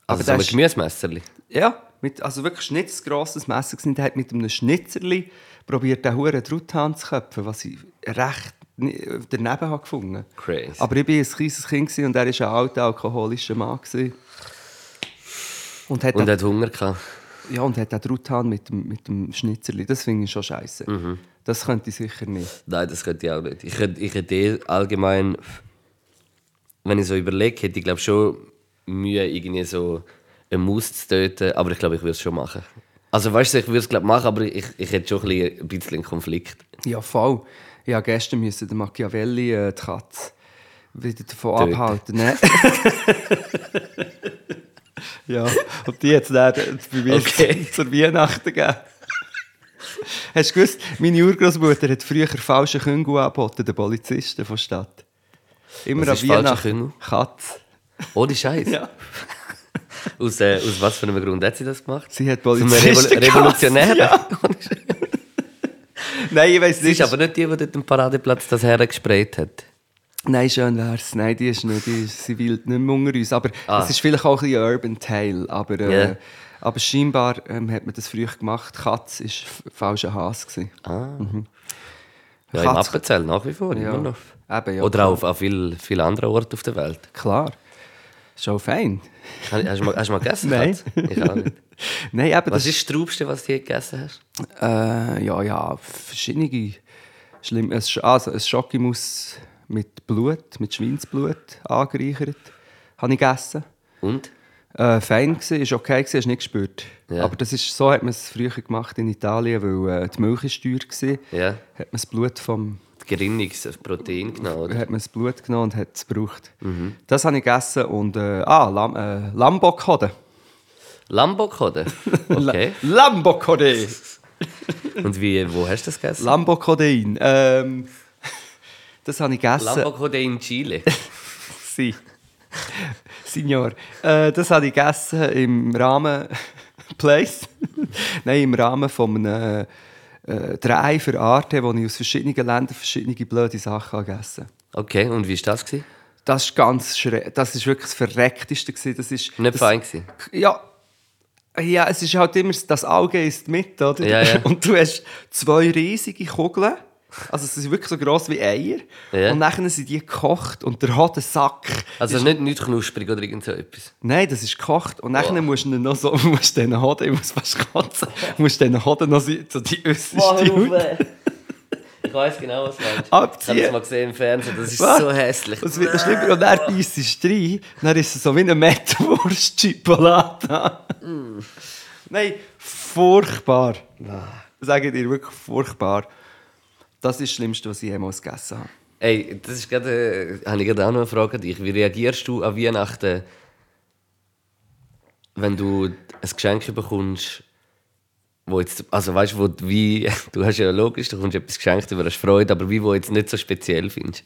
[SPEAKER 6] Also
[SPEAKER 5] der
[SPEAKER 6] so ein
[SPEAKER 5] ist-
[SPEAKER 6] Gemüsemesserli.
[SPEAKER 5] Ja, mit, also wirklich Schnitz, grosses Messer gewesen. Der hat mit einem Schnitzerli probiert, den Huren Truthahn zu köpfen, was ich recht ni- daneben habe gefunden.
[SPEAKER 6] Crazy.
[SPEAKER 5] Aber ich war ein kleines Kind gewesen und er war ein alter alkoholischer Mann. Gewesen. Und hat,
[SPEAKER 6] Und
[SPEAKER 5] den,
[SPEAKER 6] hat Hunger gehabt.
[SPEAKER 5] ja, und hat den Truthahn mit dem, mit dem Schnitzerli. Das finde ich schon scheiße.
[SPEAKER 6] Mhm.
[SPEAKER 5] Das könnte ich sicher nicht.
[SPEAKER 6] Nein, das könnte ich auch nicht. Ich hätte, ich hätte eh allgemein, wenn ich so überlege, hätte ich glaube schon Mühe, irgendwie so eine Maus zu töten. Aber ich glaube, ich würde es schon machen. Also weißt du, ich würde es glaube machen, aber ich, ich hätte schon ein bisschen, ein bisschen einen Konflikt.
[SPEAKER 5] Ja, voll. Ja, gestern müssen der Machiavelli äh, die Katze wieder davon
[SPEAKER 6] Töten.
[SPEAKER 5] abhalten. Nein. ja, ob die jetzt dann bei mir
[SPEAKER 6] Okay.
[SPEAKER 5] zur Weihnachten geben. Hast du gewusst, meine Urgroßmutter hat früher falsche Küngel angeboten, den Polizisten von der Stadt. Immer
[SPEAKER 6] Was
[SPEAKER 5] an
[SPEAKER 6] ist falscher
[SPEAKER 5] Weihnachten.
[SPEAKER 6] Küngel?
[SPEAKER 5] Katze.
[SPEAKER 6] Ohne Scheiß.
[SPEAKER 5] Ja.
[SPEAKER 6] Aus, äh, aus was für einem Grund hat sie das gemacht?
[SPEAKER 5] Sie hat
[SPEAKER 6] Zum
[SPEAKER 5] Polizisten.
[SPEAKER 6] Revol Revolutionären.
[SPEAKER 5] gehasst. Ja. Nein, ich weiß
[SPEAKER 6] Sie ist
[SPEAKER 5] nicht.
[SPEAKER 6] aber nicht die, die dort am Paradeplatz das hergesprayt hat.
[SPEAKER 5] Nein, schön wär's. Nein, die ist nicht, die ist, sie will nicht mehr unter uns. Aber
[SPEAKER 6] Ah.
[SPEAKER 5] es ist vielleicht auch ein bisschen ein Urban Tale. Aber, äh,
[SPEAKER 6] Ja.
[SPEAKER 5] aber scheinbar ähm, hat man das früher gemacht. Katz war f- falscher Hase. gewesen.
[SPEAKER 6] Ah.
[SPEAKER 5] Mhm.
[SPEAKER 6] Ja, im
[SPEAKER 5] Katz-
[SPEAKER 6] Appenzell nach wie vor,
[SPEAKER 5] Ja.
[SPEAKER 6] immer noch.
[SPEAKER 5] Eben, ja,
[SPEAKER 6] Oder auch an vielen viel anderen Orten auf der Welt.
[SPEAKER 5] Klar. Schon fein.
[SPEAKER 6] Hast hast du mal, hast du mal gegessen?
[SPEAKER 5] Nein.
[SPEAKER 6] Katz? Ich auch nicht.
[SPEAKER 5] Nein, eben,
[SPEAKER 6] Was
[SPEAKER 5] das
[SPEAKER 6] ist das Traubste, was du je gegessen hast?
[SPEAKER 5] Äh, ja, ja, verschiedene. Schlimm. Es, also, ein Schokimus mit Blut, mit Schweinsblut angereichert. Habe ich gegessen.
[SPEAKER 6] Und?
[SPEAKER 5] äh, fein gewesen, ist okay gewesen, hast nicht gespürt.
[SPEAKER 6] Ja.
[SPEAKER 5] Aber das ist, so hat man es früher gemacht in Italien, weil äh, die Milch ist teuer gewesen.
[SPEAKER 6] Ja.
[SPEAKER 5] Hat man das Blut vom
[SPEAKER 6] Gerinniges Protein genommen, oder? Mhm.
[SPEAKER 5] hat man das Blut genommen und hat es gebraucht. Das habe ich gegessen und äh, ah Lam äh, Lambokode.
[SPEAKER 6] Lambokode? Okay.
[SPEAKER 5] Lambokode.
[SPEAKER 6] Und wie, wo hast du das gegessen?
[SPEAKER 5] Lambocodein. Ähm, das habe ich gegessen.
[SPEAKER 6] Lambokode in Chile.
[SPEAKER 5] Sie. Signor. Äh, das habe ich gegessen im Rahmen Place. Nein, im Rahmen von einem äh, Drei für Arte, wo ich aus verschiedenen Ländern verschiedene blöde Sachen gegessen habe.
[SPEAKER 6] Okay, und wie war das? Gewesen?
[SPEAKER 5] Das ist ganz schre Das ist wirklich das Verreckteste. Gewesen. Das ist,
[SPEAKER 6] Nicht
[SPEAKER 5] das,
[SPEAKER 6] fein gewesen.
[SPEAKER 5] Ja. Ja, es ist halt immer, das Auge ist mit, oder?
[SPEAKER 6] Ja, ja.
[SPEAKER 5] Und du hast zwei riesige Kugeln. Also sie sind wirklich so gross wie Eier.
[SPEAKER 6] Ja.
[SPEAKER 5] Und nachher sind die gekocht und der hat einen Sack.
[SPEAKER 6] Also nicht nichts knusprig oder irgend so etwas.
[SPEAKER 5] Nein, das ist gekocht. Und nachher musst du ihn noch so, musst du den Hoden, ich muss fast kotzen, musst du den Hoden noch so so die äußerste Haut.
[SPEAKER 6] Ich weiß genau, was du meinst.
[SPEAKER 5] Abziehen.
[SPEAKER 6] Ich habe es mal gesehen im Fernsehen, das ist
[SPEAKER 5] Was?
[SPEAKER 6] so hässlich.
[SPEAKER 5] Das wird noch schlimmer. Und dann beißt es rein. Dann ist es so wie eine Mettwurst Chipolata. Nein, furchtbar. Sage dir wirklich furchtbar. Das ist das Schlimmste, was ich jemals gegessen habe.
[SPEAKER 6] Ey, das ist gerade, äh, habe ich gerade auch noch eine Frage an dich. Wie reagierst du an Weihnachten, wenn du ein Geschenk bekommst, wo jetzt, also weißt du, wo du wie, du hast ja logisch, du bekommst etwas geschenkt, über das Freude, aber wie, wo jetzt nicht so speziell findest?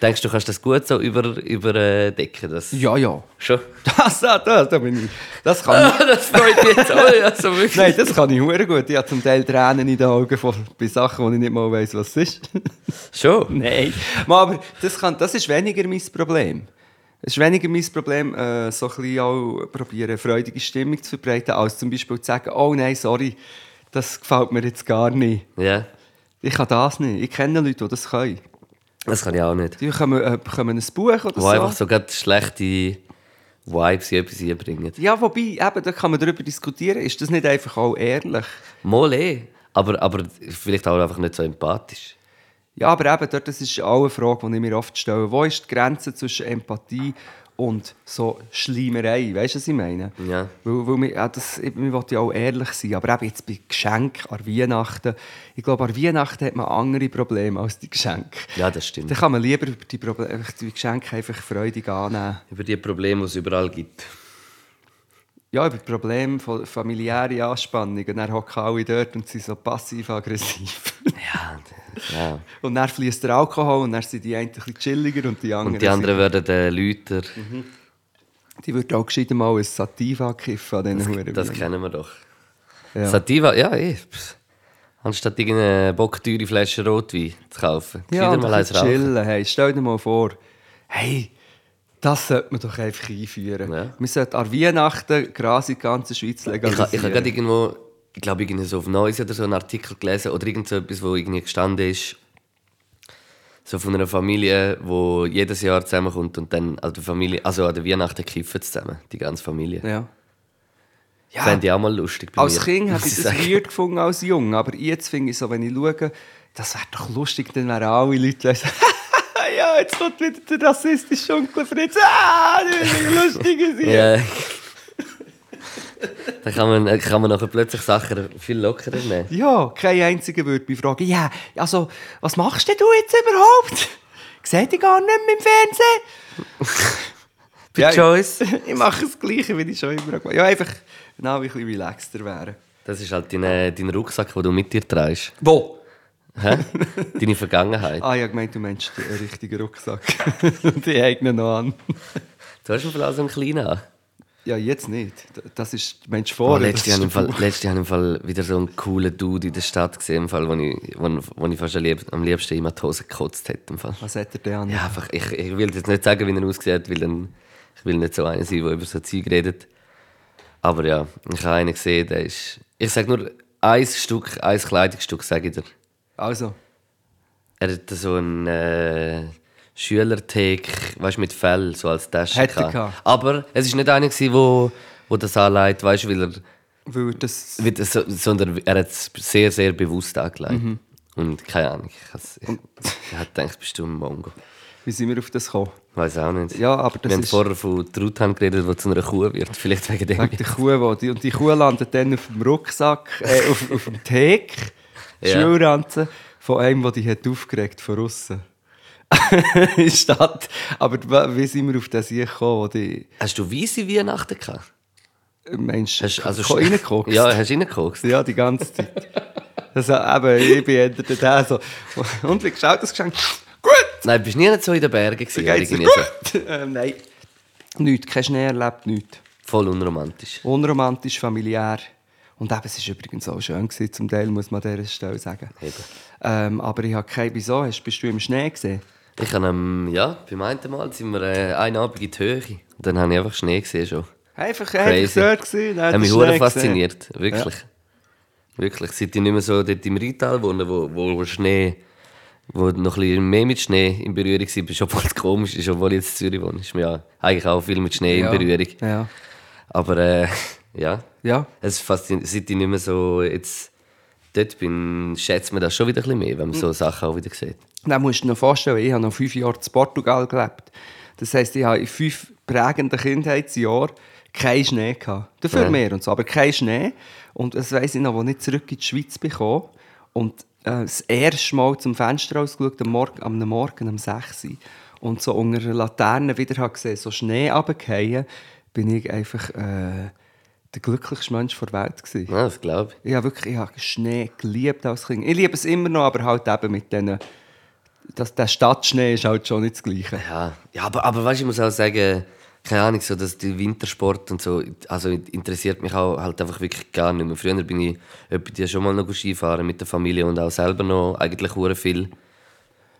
[SPEAKER 6] Denkst du, du kannst das gut so über, überdecken? Das?
[SPEAKER 5] Ja, ja.
[SPEAKER 6] Schon?
[SPEAKER 5] Das, das, das, da bin ich. Das kann ich.
[SPEAKER 6] das freut mich jetzt auch, ja, so wirklich.
[SPEAKER 5] Nein, das kann ich hure gut. Ich habe zum Teil Tränen in den Augen vor, bei Sachen, wo ich nicht mal weiss, was es ist.
[SPEAKER 6] Schon?
[SPEAKER 5] Nein. Ma, Aber das, kann, das ist weniger mein Problem. Es ist weniger mein Problem, äh, so ein bisschen auch probieren, freudige Stimmung zu verbreiten, als zum Beispiel zu sagen, oh nein, sorry, das gefällt mir jetzt gar nicht.
[SPEAKER 6] Ja,
[SPEAKER 5] Ich kann das nicht. Ich kenne Leute, die das können.
[SPEAKER 6] das kann ich auch nicht.
[SPEAKER 5] Die bekommen, äh, bekommen ein Buch oder
[SPEAKER 6] Wo
[SPEAKER 5] so.
[SPEAKER 6] einfach so gerade schlechte Vibes in etwas einbringen.
[SPEAKER 5] Ja, wobei, eben, da kann man darüber diskutieren. Ist das nicht einfach auch ehrlich?
[SPEAKER 6] Mal eh. Aber, aber vielleicht auch einfach nicht so empathisch.
[SPEAKER 5] Ja, aber eben, dort, das ist auch eine Frage, die ich mir oft stelle. Wo ist die Grenze zwischen Empathie und so Schleimerei? Weißt du, was ich meine?
[SPEAKER 6] Ja.
[SPEAKER 5] Weil, weil wir, ja, das, ich wir wollen ja auch ehrlich sein, aber eben jetzt bei Geschenken an Weihnachten. Ich glaube, an Weihnachten hat man andere Probleme als die Geschenke.
[SPEAKER 6] Ja, das
[SPEAKER 5] Da
[SPEAKER 6] stimmt.
[SPEAKER 5] kann man lieber die, Proble die Geschenke einfach freudig annehmen.
[SPEAKER 6] Über die Probleme, die es überall gibt.
[SPEAKER 5] Ja, über Probleme von familiäre Anspannungen. Und dann hocken alle dort und sind so passiv-aggressiv.
[SPEAKER 6] Ja.
[SPEAKER 5] Und dann fließt der Alkohol und dann sind die einen ein bisschen chilliger und die anderen,
[SPEAKER 6] Und die anderen werden äh, Lüter.
[SPEAKER 5] Mhm. sind, die würden auch gescheiter mal ein Sativa kiffen an diesen Huren.
[SPEAKER 6] Das kennen wir doch.
[SPEAKER 5] Ja.
[SPEAKER 6] Sativa, ja, eh. Pss. Anstatt irgendeine bockteure Flasche Rotwein zu kaufen.
[SPEAKER 5] Ja,
[SPEAKER 6] gescheiter
[SPEAKER 5] und
[SPEAKER 6] mal
[SPEAKER 5] ein
[SPEAKER 6] eins
[SPEAKER 5] bisschen
[SPEAKER 6] rauchen.
[SPEAKER 5] chillen. Hey, stell dir mal vor, hey, das sollte man doch einfach einführen.
[SPEAKER 6] Ja.
[SPEAKER 5] Man sollte an Weihnachten Gras in der ganzen Schweiz
[SPEAKER 6] Ich,
[SPEAKER 5] legalisieren.
[SPEAKER 6] ha- ich habe gerade irgendwo, ich glaube, irgendwie so auf Neues oder so einen Artikel gelesen oder irgend so etwas, wo irgendwie gestanden ist, so von einer Familie, wo jedes Jahr zusammenkommt und dann an der Familie, also an der Weihnachten kiffen sie zusammen, die ganze Familie.
[SPEAKER 5] ja.
[SPEAKER 6] Ja. Fände ich auch mal lustig bei
[SPEAKER 5] Als
[SPEAKER 6] mir,
[SPEAKER 5] Kind
[SPEAKER 6] muss
[SPEAKER 5] habe ich das
[SPEAKER 6] sagen.
[SPEAKER 5] weird gefunden, als jung. Aber jetzt finde ich so, wenn ich schaue, das wäre doch lustig, dann wären alle Leute so, ja, jetzt kommt wieder der rassistische Onkel Fritz. Ah, das ist lustig.
[SPEAKER 6] Ja. dann kann man, äh, kann man nachher plötzlich Sachen viel lockerer nehmen.
[SPEAKER 5] Ja, kein einziger würde mich fragen, ja, also, was machst denn du jetzt überhaupt? Sehe ich gar nicht mehr im Fernsehen.
[SPEAKER 6] Bei
[SPEAKER 5] Ja, ich-
[SPEAKER 6] Choice.
[SPEAKER 5] ich mache das Gleiche, wie ich schon immer gemacht habe. Ja, einfach, na, ein bisschen relaxter wären.
[SPEAKER 6] Das ist halt dein, äh, dein Rucksack, den du mit dir trägst.
[SPEAKER 5] Wo?
[SPEAKER 6] Hä? Deine Vergangenheit.
[SPEAKER 5] Ah, ja, gemeint, du meinst den richtigen Rucksack. Und die eigenen noch an.
[SPEAKER 6] Du hast im Fall auch so einen kleinen an.
[SPEAKER 5] Ja, jetzt nicht. Das ist, du meinst
[SPEAKER 6] Oh,
[SPEAKER 5] vorher. Oh, das
[SPEAKER 6] letztes, Jahr
[SPEAKER 5] ist
[SPEAKER 6] habe ich im
[SPEAKER 5] der
[SPEAKER 6] Fall, letztes Jahr habe ich im Fall wieder so einen coolen Dude in der Stadt gesehen, im Fall, wo, ich, wo, wo ich fast am liebsten, am liebsten immer die Hose gekotzt hätte. Im Fall.
[SPEAKER 5] Was hat er denn an?
[SPEAKER 6] Ja, einfach, ich, ich will jetzt nicht sagen, wie er aussieht, weil dann, ich will nicht so einer sein, der über so Zeug redet. Aber ja, ich habe einen gesehen, der ist... Ich sage nur ein Stück, ein Kleidungsstück, sage ich dir.
[SPEAKER 5] Also,
[SPEAKER 6] Er hat so einen äh, Schülertag, weißt du, mit Fell, so als Tasche.
[SPEAKER 5] Hätte
[SPEAKER 6] gehabt.
[SPEAKER 5] gehabt.
[SPEAKER 6] Aber es war nicht einer, gewesen, wo, wo das anlegt, weißt du, weil er...
[SPEAKER 5] weil das.
[SPEAKER 6] Wie das- so- sondern er hat es sehr, sehr bewusst angelegt. Und keine Ahnung, ich, has- ich, ich hab gedacht, bist du ein Mongo.
[SPEAKER 5] Wie sind wir auf das gekommen?
[SPEAKER 6] Weiß auch nicht.
[SPEAKER 5] Ja, aber
[SPEAKER 6] Wir
[SPEAKER 5] das
[SPEAKER 6] haben
[SPEAKER 5] ist
[SPEAKER 6] vorher von Truthahn geredet, die zu einer Kuh wird. Vielleicht wegen dem.
[SPEAKER 5] wegen der Kuh. Wo die, und die Kuh landet dann auf dem Rucksack, äh, auf, auf dem Teek,
[SPEAKER 6] Ja.
[SPEAKER 5] Schulranzen, von einem, der die hat aufgeregt von außen. In Stadt. Aber wa- wie sind wir auf das hier gekommen, wo die
[SPEAKER 6] Hast du weisse Weihnachten gehabt?
[SPEAKER 5] Mensch
[SPEAKER 6] Hast, also
[SPEAKER 5] ko- reingeguckt?
[SPEAKER 6] Ja, hast du reingeguckt.
[SPEAKER 5] Ja, die ganze Zeit. Also, eben, ich bin eher der, so. Und wie geschaut das Geschenk? Gut!
[SPEAKER 6] Nein, bist nie so in den Bergen gewesen.
[SPEAKER 5] Geht's dir
[SPEAKER 6] irgendwie so.
[SPEAKER 5] gut? Ähm, nein. Nichts, kein Schnee erlebt, nichts.
[SPEAKER 6] Voll unromantisch.
[SPEAKER 5] Unromantisch, familiär. Und eben, es war übrigens auch schön, gewesen, zum Teil, muss man an dieser Stelle sagen.
[SPEAKER 6] Eben.
[SPEAKER 5] Ähm, aber ich habe keine... Wieso? Hast, bist du im Schnee gesehen?
[SPEAKER 6] Ich habe, ähm, ja, beim einen Mal sind wir äh, einen Abend in die Höhe. Und dann habe ich einfach Schnee gesehen schon.
[SPEAKER 5] Einfach,
[SPEAKER 6] Crazy.
[SPEAKER 5] einfach so gewesen.
[SPEAKER 6] Hat mich hure
[SPEAKER 5] sehr
[SPEAKER 6] fasziniert. Wirklich. Wirklich. Seit ich nicht mehr so dort im Rheintal wohne, wo, wo, wo Schnee, wo noch ein bisschen mehr mit Schnee in Berührung war, ist obwohl es komisch ist, obwohl ich jetzt in Zürich wohne, ist mir ja eigentlich auch viel mit Schnee in Berührung.
[SPEAKER 5] Ja.
[SPEAKER 6] Aber äh, ja.
[SPEAKER 5] Ja.
[SPEAKER 6] Es fasziniert, seit ich nicht mehr so jetzt dort bin, schätzt man das schon wieder ein bisschen mehr, wenn man so Sachen auch wieder sieht.
[SPEAKER 5] Dann musst du dir noch vorstellen, ich habe noch fünf Jahre in Portugal gelebt. Das heisst, ich habe in fünf prägenden Kindheitsjahren keinen Schnee gehabt. Dafür
[SPEAKER 6] Ja.
[SPEAKER 5] mehr und so, aber keinen Schnee. Und das weiss ich noch, als ich zurück in die Schweiz bekam und äh, das erste Mal zum Fenster rausgeschaut am Morgen, am Morgen um 6 Uhr und so unter einer Laterne wieder habe gesehen, so Schnee runterfallen, bin ich einfach äh, der glücklichste Mensch der Welt gewesen.
[SPEAKER 6] Ja, das glaube ich.
[SPEAKER 5] Ich habe wirklich ich habe Schnee geliebt als Kind. Ich liebe es immer noch, aber halt eben mit diesen... Das, der Stadtschnee ist halt schon nicht das Gleiche.
[SPEAKER 6] Ja, ja aber, aber weißt, ich muss auch sagen, keine Ahnung, so dass die Wintersport und so, also interessiert mich auch halt einfach wirklich gar nicht mehr. Früher bin ich etwa die schon mal noch Skifahren mit der Familie und auch selber noch eigentlich hure viel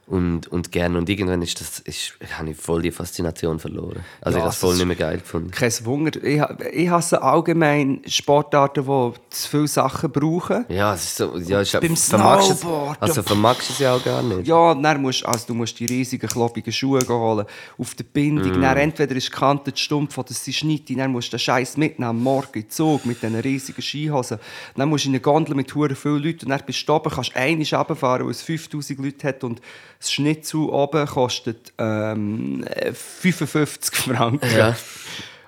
[SPEAKER 6] und, und gerne. Und irgendwann ist das, ist, habe ich voll die Faszination verloren. Also
[SPEAKER 5] Ja,
[SPEAKER 6] ich habe es
[SPEAKER 5] es
[SPEAKER 6] voll
[SPEAKER 5] ist-
[SPEAKER 6] nicht mehr geil gefunden.
[SPEAKER 5] Kein Wunder. Ich, ha- ich hasse allgemein Sportarten, die zu viele Sachen brauchen.
[SPEAKER 6] Ja, es ist so, ja, ist,
[SPEAKER 5] Beim
[SPEAKER 6] vermagst es-
[SPEAKER 5] Snowboard,
[SPEAKER 6] Also
[SPEAKER 5] ja.
[SPEAKER 6] vermagst du es ja auch gar nicht.
[SPEAKER 5] Ja, und dann musst, also du musst die riesigen, klobigen Schuhe holen, auf der Bindung. Dann entweder ist die Kante zu stumpf oder sie schneidet. Dann musst du den Scheiß mitnehmen, am morgen in den Zug mit diesen riesigen Skihosen. Dann musst du in eine Gondel mit hure vielen Leuten. Und dann bist du oben, kannst einmal runterfahren, weil es 5000 Leute hat. Und das Schnitt zu oben kostet ähm, äh, 55 Franken.
[SPEAKER 6] Ja.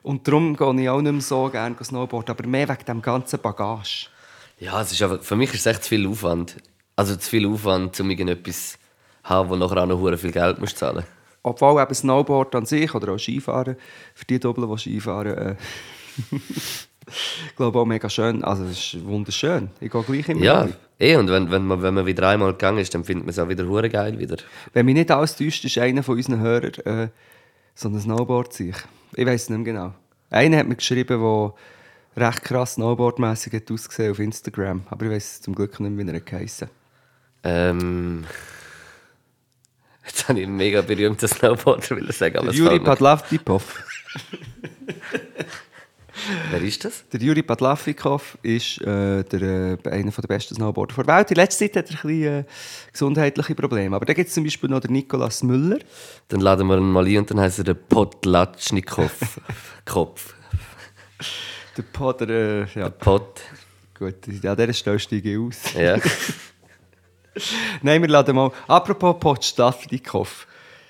[SPEAKER 5] Und darum gehe ich auch nicht mehr so gerne Snowboard. Aber mehr wegen dem ganzen Bagage.
[SPEAKER 6] Ja, es ist einfach, für mich ist es echt zu viel Aufwand. Also zu viel Aufwand, um irgendetwas zu haben, wo nachher auch noch hure viel Geld musst zahlen
[SPEAKER 5] Obwohl eben Snowboard an sich oder auch Skifahren, für die Doppel, die Skifahren, äh, ich glaube auch mega schön. Also es ist wunderschön. Ich gehe gleich immer.
[SPEAKER 6] Ja,
[SPEAKER 5] rein.
[SPEAKER 6] eh, und wenn, wenn, man, wenn man wieder einmal gegangen ist, dann findet man es auch wieder hure geil wieder.
[SPEAKER 5] Wenn mich nicht alles täuscht, ist einer von unseren Hörern äh, so ein snowboard sich. Ich weiß es nicht mehr genau. Einer hat mir geschrieben, der recht krass snowboardmässig hat ausgesehen auf Instagram. Aber ich weiß zum Glück nicht mehr, wie er geheissen hat.
[SPEAKER 6] Ähm, jetzt habe ich einen mega berühmten Snowboarder will ich sagen, aber es
[SPEAKER 5] Juri
[SPEAKER 6] fällt mir-
[SPEAKER 5] Padlavdipov.
[SPEAKER 6] Wer ist das?
[SPEAKER 5] Der Juri Padlafikov ist äh, der, äh, einer der besten Snowboarder der Welt. In letzter Zeit hat er ein bisschen, äh, gesundheitliche Probleme. Aber da gibt es zum Beispiel noch den Nikolaus Müller.
[SPEAKER 6] Dann laden wir ihn mal ein und dann heißt er der Potlatschnikow. Kopf.
[SPEAKER 5] Der Poder, äh, ja
[SPEAKER 6] Pot.
[SPEAKER 5] gut, an dieser Stelle steige ich aus.
[SPEAKER 6] Ja.
[SPEAKER 5] Nein, wir laden mal. Apropos Podstafdikov.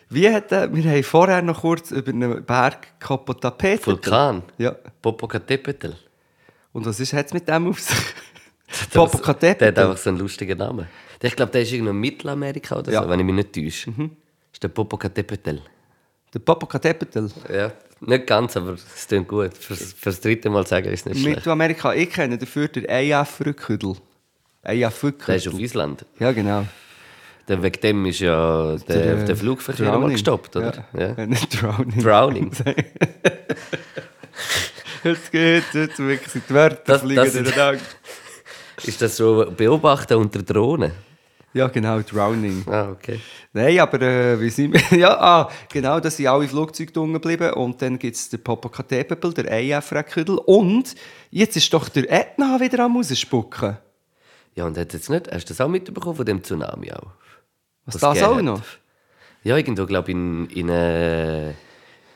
[SPEAKER 5] Wie hat der, wir haben vorher noch kurz über einen Berg Kapotapet.
[SPEAKER 6] Vulkan.
[SPEAKER 5] Ja.
[SPEAKER 6] Popocatépetl.
[SPEAKER 5] Und was ist jetzt mit dem auf sich?
[SPEAKER 6] Der hat- Der hat
[SPEAKER 5] Popocatépetl.
[SPEAKER 6] einfach so einen lustigen Namen. Der- Ich glaube, der ist irgendwo in Mittelamerika oder
[SPEAKER 5] Ja. Mhm.
[SPEAKER 6] so, wenn ich mich nicht täusche. Ist der Popocatépetl.
[SPEAKER 5] Der Popocatépetl.
[SPEAKER 6] Ja, nicht ganz, aber es klingt gut. Fürs, fürs dritte Mal sagen ist nicht schlecht.
[SPEAKER 5] Mittelamerika. Ich kenne dafür den EF-Rückhüdel.
[SPEAKER 6] Der ist auf
[SPEAKER 5] EF-Rückhüdel.
[SPEAKER 6] Island.
[SPEAKER 5] Ja, genau.
[SPEAKER 6] Der, wegen dem ist ja der, der,
[SPEAKER 5] äh,
[SPEAKER 6] Flugverkehr
[SPEAKER 5] Drowning.
[SPEAKER 6] mal gestoppt, oder? Ja.
[SPEAKER 5] Ja. Nicht Drowning.
[SPEAKER 6] Drowning.
[SPEAKER 5] Jetzt geht's, jetzt wirklich sind die Wörter
[SPEAKER 6] Das-
[SPEAKER 5] fliegen
[SPEAKER 6] das-
[SPEAKER 5] durch den Augen.
[SPEAKER 6] Ist das so beobachten unter Drohnen?
[SPEAKER 5] Ja, genau, Drowning.
[SPEAKER 6] Ah, okay.
[SPEAKER 5] Nein, aber äh, wie sind wir? Ja, ah, genau, da sind alle Flugzeuge unten geblieben. Und dann gibt es den Popocatépetl, der EF-Rackhüdel. Und jetzt ist doch der Ätna wieder am Rausspucken.
[SPEAKER 6] Ja, und hat jetzt nicht, hast du das auch mitbekommen von dem Tsunami auch?
[SPEAKER 5] Was,
[SPEAKER 6] Was
[SPEAKER 5] das
[SPEAKER 6] gegeben
[SPEAKER 5] auch
[SPEAKER 6] hat.
[SPEAKER 5] noch?
[SPEAKER 6] Ja, irgendwo, glaube ich, in, in äh,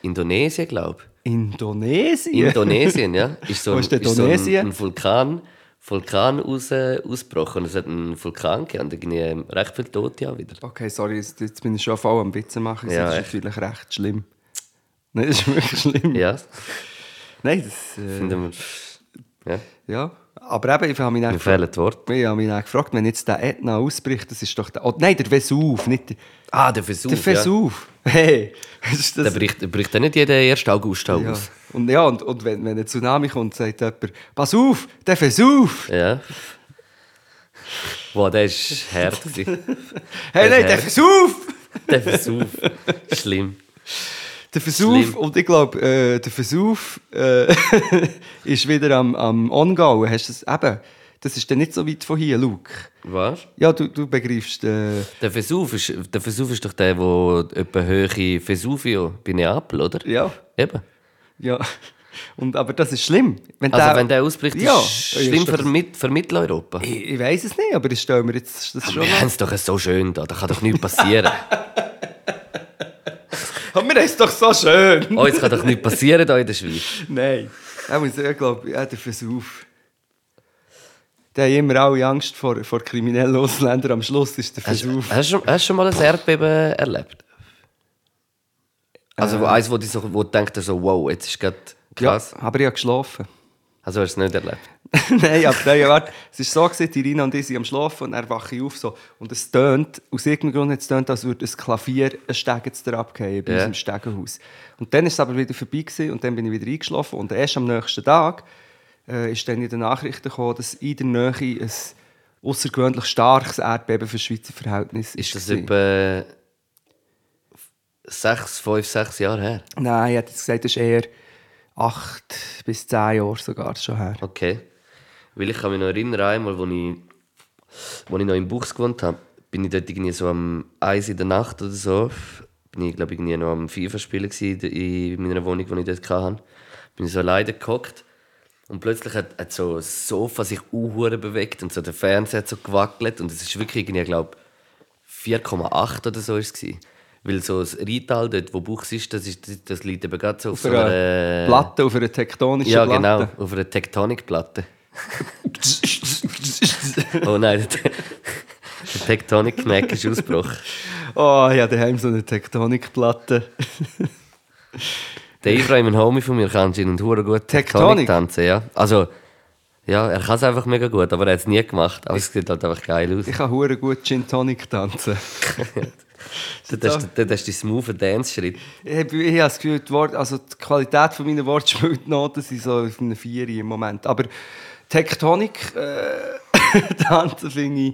[SPEAKER 6] Indonesien, glaube ich.
[SPEAKER 5] Indonesien?
[SPEAKER 6] Indonesien, ja. Ist so
[SPEAKER 5] Wo
[SPEAKER 6] ein,
[SPEAKER 5] ist der
[SPEAKER 6] so ein,
[SPEAKER 5] Indonesien?
[SPEAKER 6] ein Vulkan, Vulkan aus, äh, ausgebrochen. Und es hat einen Vulkan gegeben und irgendwie recht viele Tote auch wieder.
[SPEAKER 5] Okay, sorry, jetzt, jetzt bin ich schon voll am Witze machen.
[SPEAKER 6] Ja,
[SPEAKER 5] das ist
[SPEAKER 6] echt.
[SPEAKER 5] natürlich recht schlimm. Nein, das ist wirklich schlimm.
[SPEAKER 6] Ja,
[SPEAKER 5] Nein, das. Äh,
[SPEAKER 6] finden wir. Ja,
[SPEAKER 5] ja. Aber eben, ich habe mich dann
[SPEAKER 6] mir fehlen die Worte.
[SPEAKER 5] Ich habe mich dann gefragt, wenn jetzt der Ätna ausbricht, das ist doch der. Oh, nein, der Vesuv, nicht der,
[SPEAKER 6] Ah, der Versuch.
[SPEAKER 5] der Vesuv. Hey, was ist das?
[SPEAKER 6] Ja. Der bricht, der bricht ja nicht jeden 1. August
[SPEAKER 5] ja.
[SPEAKER 6] aus.
[SPEAKER 5] Und, ja, und, und wenn, wenn ein Tsunami kommt, sagt jemand: Pass auf, der Vesuv!
[SPEAKER 6] Ja. Wow, der ist hart. gewesen.
[SPEAKER 5] Hey, nein, der
[SPEAKER 6] Herr.
[SPEAKER 5] Vesuv!
[SPEAKER 6] der Versuch. Schlimm.
[SPEAKER 5] Der Versuch,
[SPEAKER 6] Schlimm.
[SPEAKER 5] und ich glaube, äh, der Versuch äh, ist wieder am, am Ongauen. Hast du das eben? Das ist dann nicht so weit von hier, Luke.
[SPEAKER 6] Was?
[SPEAKER 5] Ja, du, du begreifst. Äh,
[SPEAKER 6] Der Versuch ist, der Versuch ist doch der, der etwa höhere Vesuvio bei Neapel, oder?
[SPEAKER 5] ja,
[SPEAKER 6] Eben.
[SPEAKER 5] ja. Und, aber das ist schlimm. Wenn
[SPEAKER 6] Also, wenn der ausbricht, ist
[SPEAKER 5] Ja,
[SPEAKER 6] es
[SPEAKER 5] ja,
[SPEAKER 6] schlimm
[SPEAKER 5] ist doch-
[SPEAKER 6] für, mit, für Mitteleuropa.
[SPEAKER 5] Ich, ich weiß es nicht, aber ich stelle mir jetzt das schon
[SPEAKER 6] Wir haben es doch so schön da, da kann doch nichts passieren.
[SPEAKER 5] Aber wir haben es doch so schön.
[SPEAKER 6] Uns kann doch nichts passieren hier in der Schweiz.
[SPEAKER 5] Nein. Er muss, ich glaube, er hat einen Versuch. Die haben immer alle Angst vor, vor kriminellen Ausländern. Am Schluss ist der
[SPEAKER 6] Hast,
[SPEAKER 5] Versuch.
[SPEAKER 6] hast, du- hast du schon mal ein Erdbeben erlebt? Also wo eins, wo du, so, wo du denkst, so, wow, jetzt ist gerade
[SPEAKER 5] Ja,
[SPEAKER 6] krass.
[SPEAKER 5] aber ich habe geschlafen.
[SPEAKER 6] Also hast du es nicht erlebt.
[SPEAKER 5] nein, aber nein, warte. Es ist so, gewesen, die Rina und ich sind am Schlafen und er wache ich auf. So. Und es tönt, aus irgendeinem Grund hat es tönt, als würde ein Klavier einen Stegen zu abgehen bei
[SPEAKER 6] Ja.
[SPEAKER 5] uns im Stegenhaus. Und dann ist es aber wieder vorbei gewesen, und dann bin ich wieder eingeschlafen. Und erst am nächsten Tag äh, ist dann in den Nachrichten gekommen, dass in der Nähe ein außergewöhnlich starkes Erdbeben für Schweizer Verhältnis
[SPEAKER 6] Ist das
[SPEAKER 5] gewesen.
[SPEAKER 6] etwa sechs, fünf, sechs Jahre her?
[SPEAKER 5] Nein, ich hätte jetzt gesagt, das ist eher acht bis zehn Jahre sogar schon her.
[SPEAKER 6] Okay. Weil ich kann mich noch erinnern, einmal, wo ich, wo ich noch in Buchs gewohnt habe, bin ich dort irgendwie so am 1 in der Nacht oder so, bin ich glaube ich irgendwie noch am FIFA-Spielen gewesen in meiner Wohnung, die ich dort hatte. Bin ich so alleine gehockt und plötzlich hat, hat so das Sofa sich unhure bewegt und so der Fernseher hat so gewackelt und es ist wirklich irgendwie, ich glaube 4,8 oder so war es. gewesen. Weil so das Rheintal dort, wo Buchs ist, das, ist, das- das liegt eben gerade so auf
[SPEAKER 5] Auf
[SPEAKER 6] so einer...
[SPEAKER 5] einer Platte, auf einer tektonischen
[SPEAKER 6] Ja,
[SPEAKER 5] Platte.
[SPEAKER 6] genau, auf einer Tektonikplatte. oh nein, der, der Tektonik-Knack ist ausgebrochen.
[SPEAKER 5] Oh, ja, daheim so eine Tektonikplatte.
[SPEAKER 6] Der Ibrahim, ein Homie von mir, kann anscheinend hure gut
[SPEAKER 5] Tektonik?
[SPEAKER 6] Tektonik tanzen, ja. Also, ja, er kann es einfach mega gut, aber er hat es nie gemacht. Aber es sieht halt einfach geil aus.
[SPEAKER 5] Ich kann hure gut Gin Tonic tanzen.
[SPEAKER 6] Dort hast, du- dort hast du die smoothen Dance-Schritt.
[SPEAKER 5] Ich habe ich habe das Gefühl, die, Wort, also die Qualität von meiner Wortspielnoten sind so auf einem Vieri im Moment. Aber Tektonik äh, tanzen finde ich,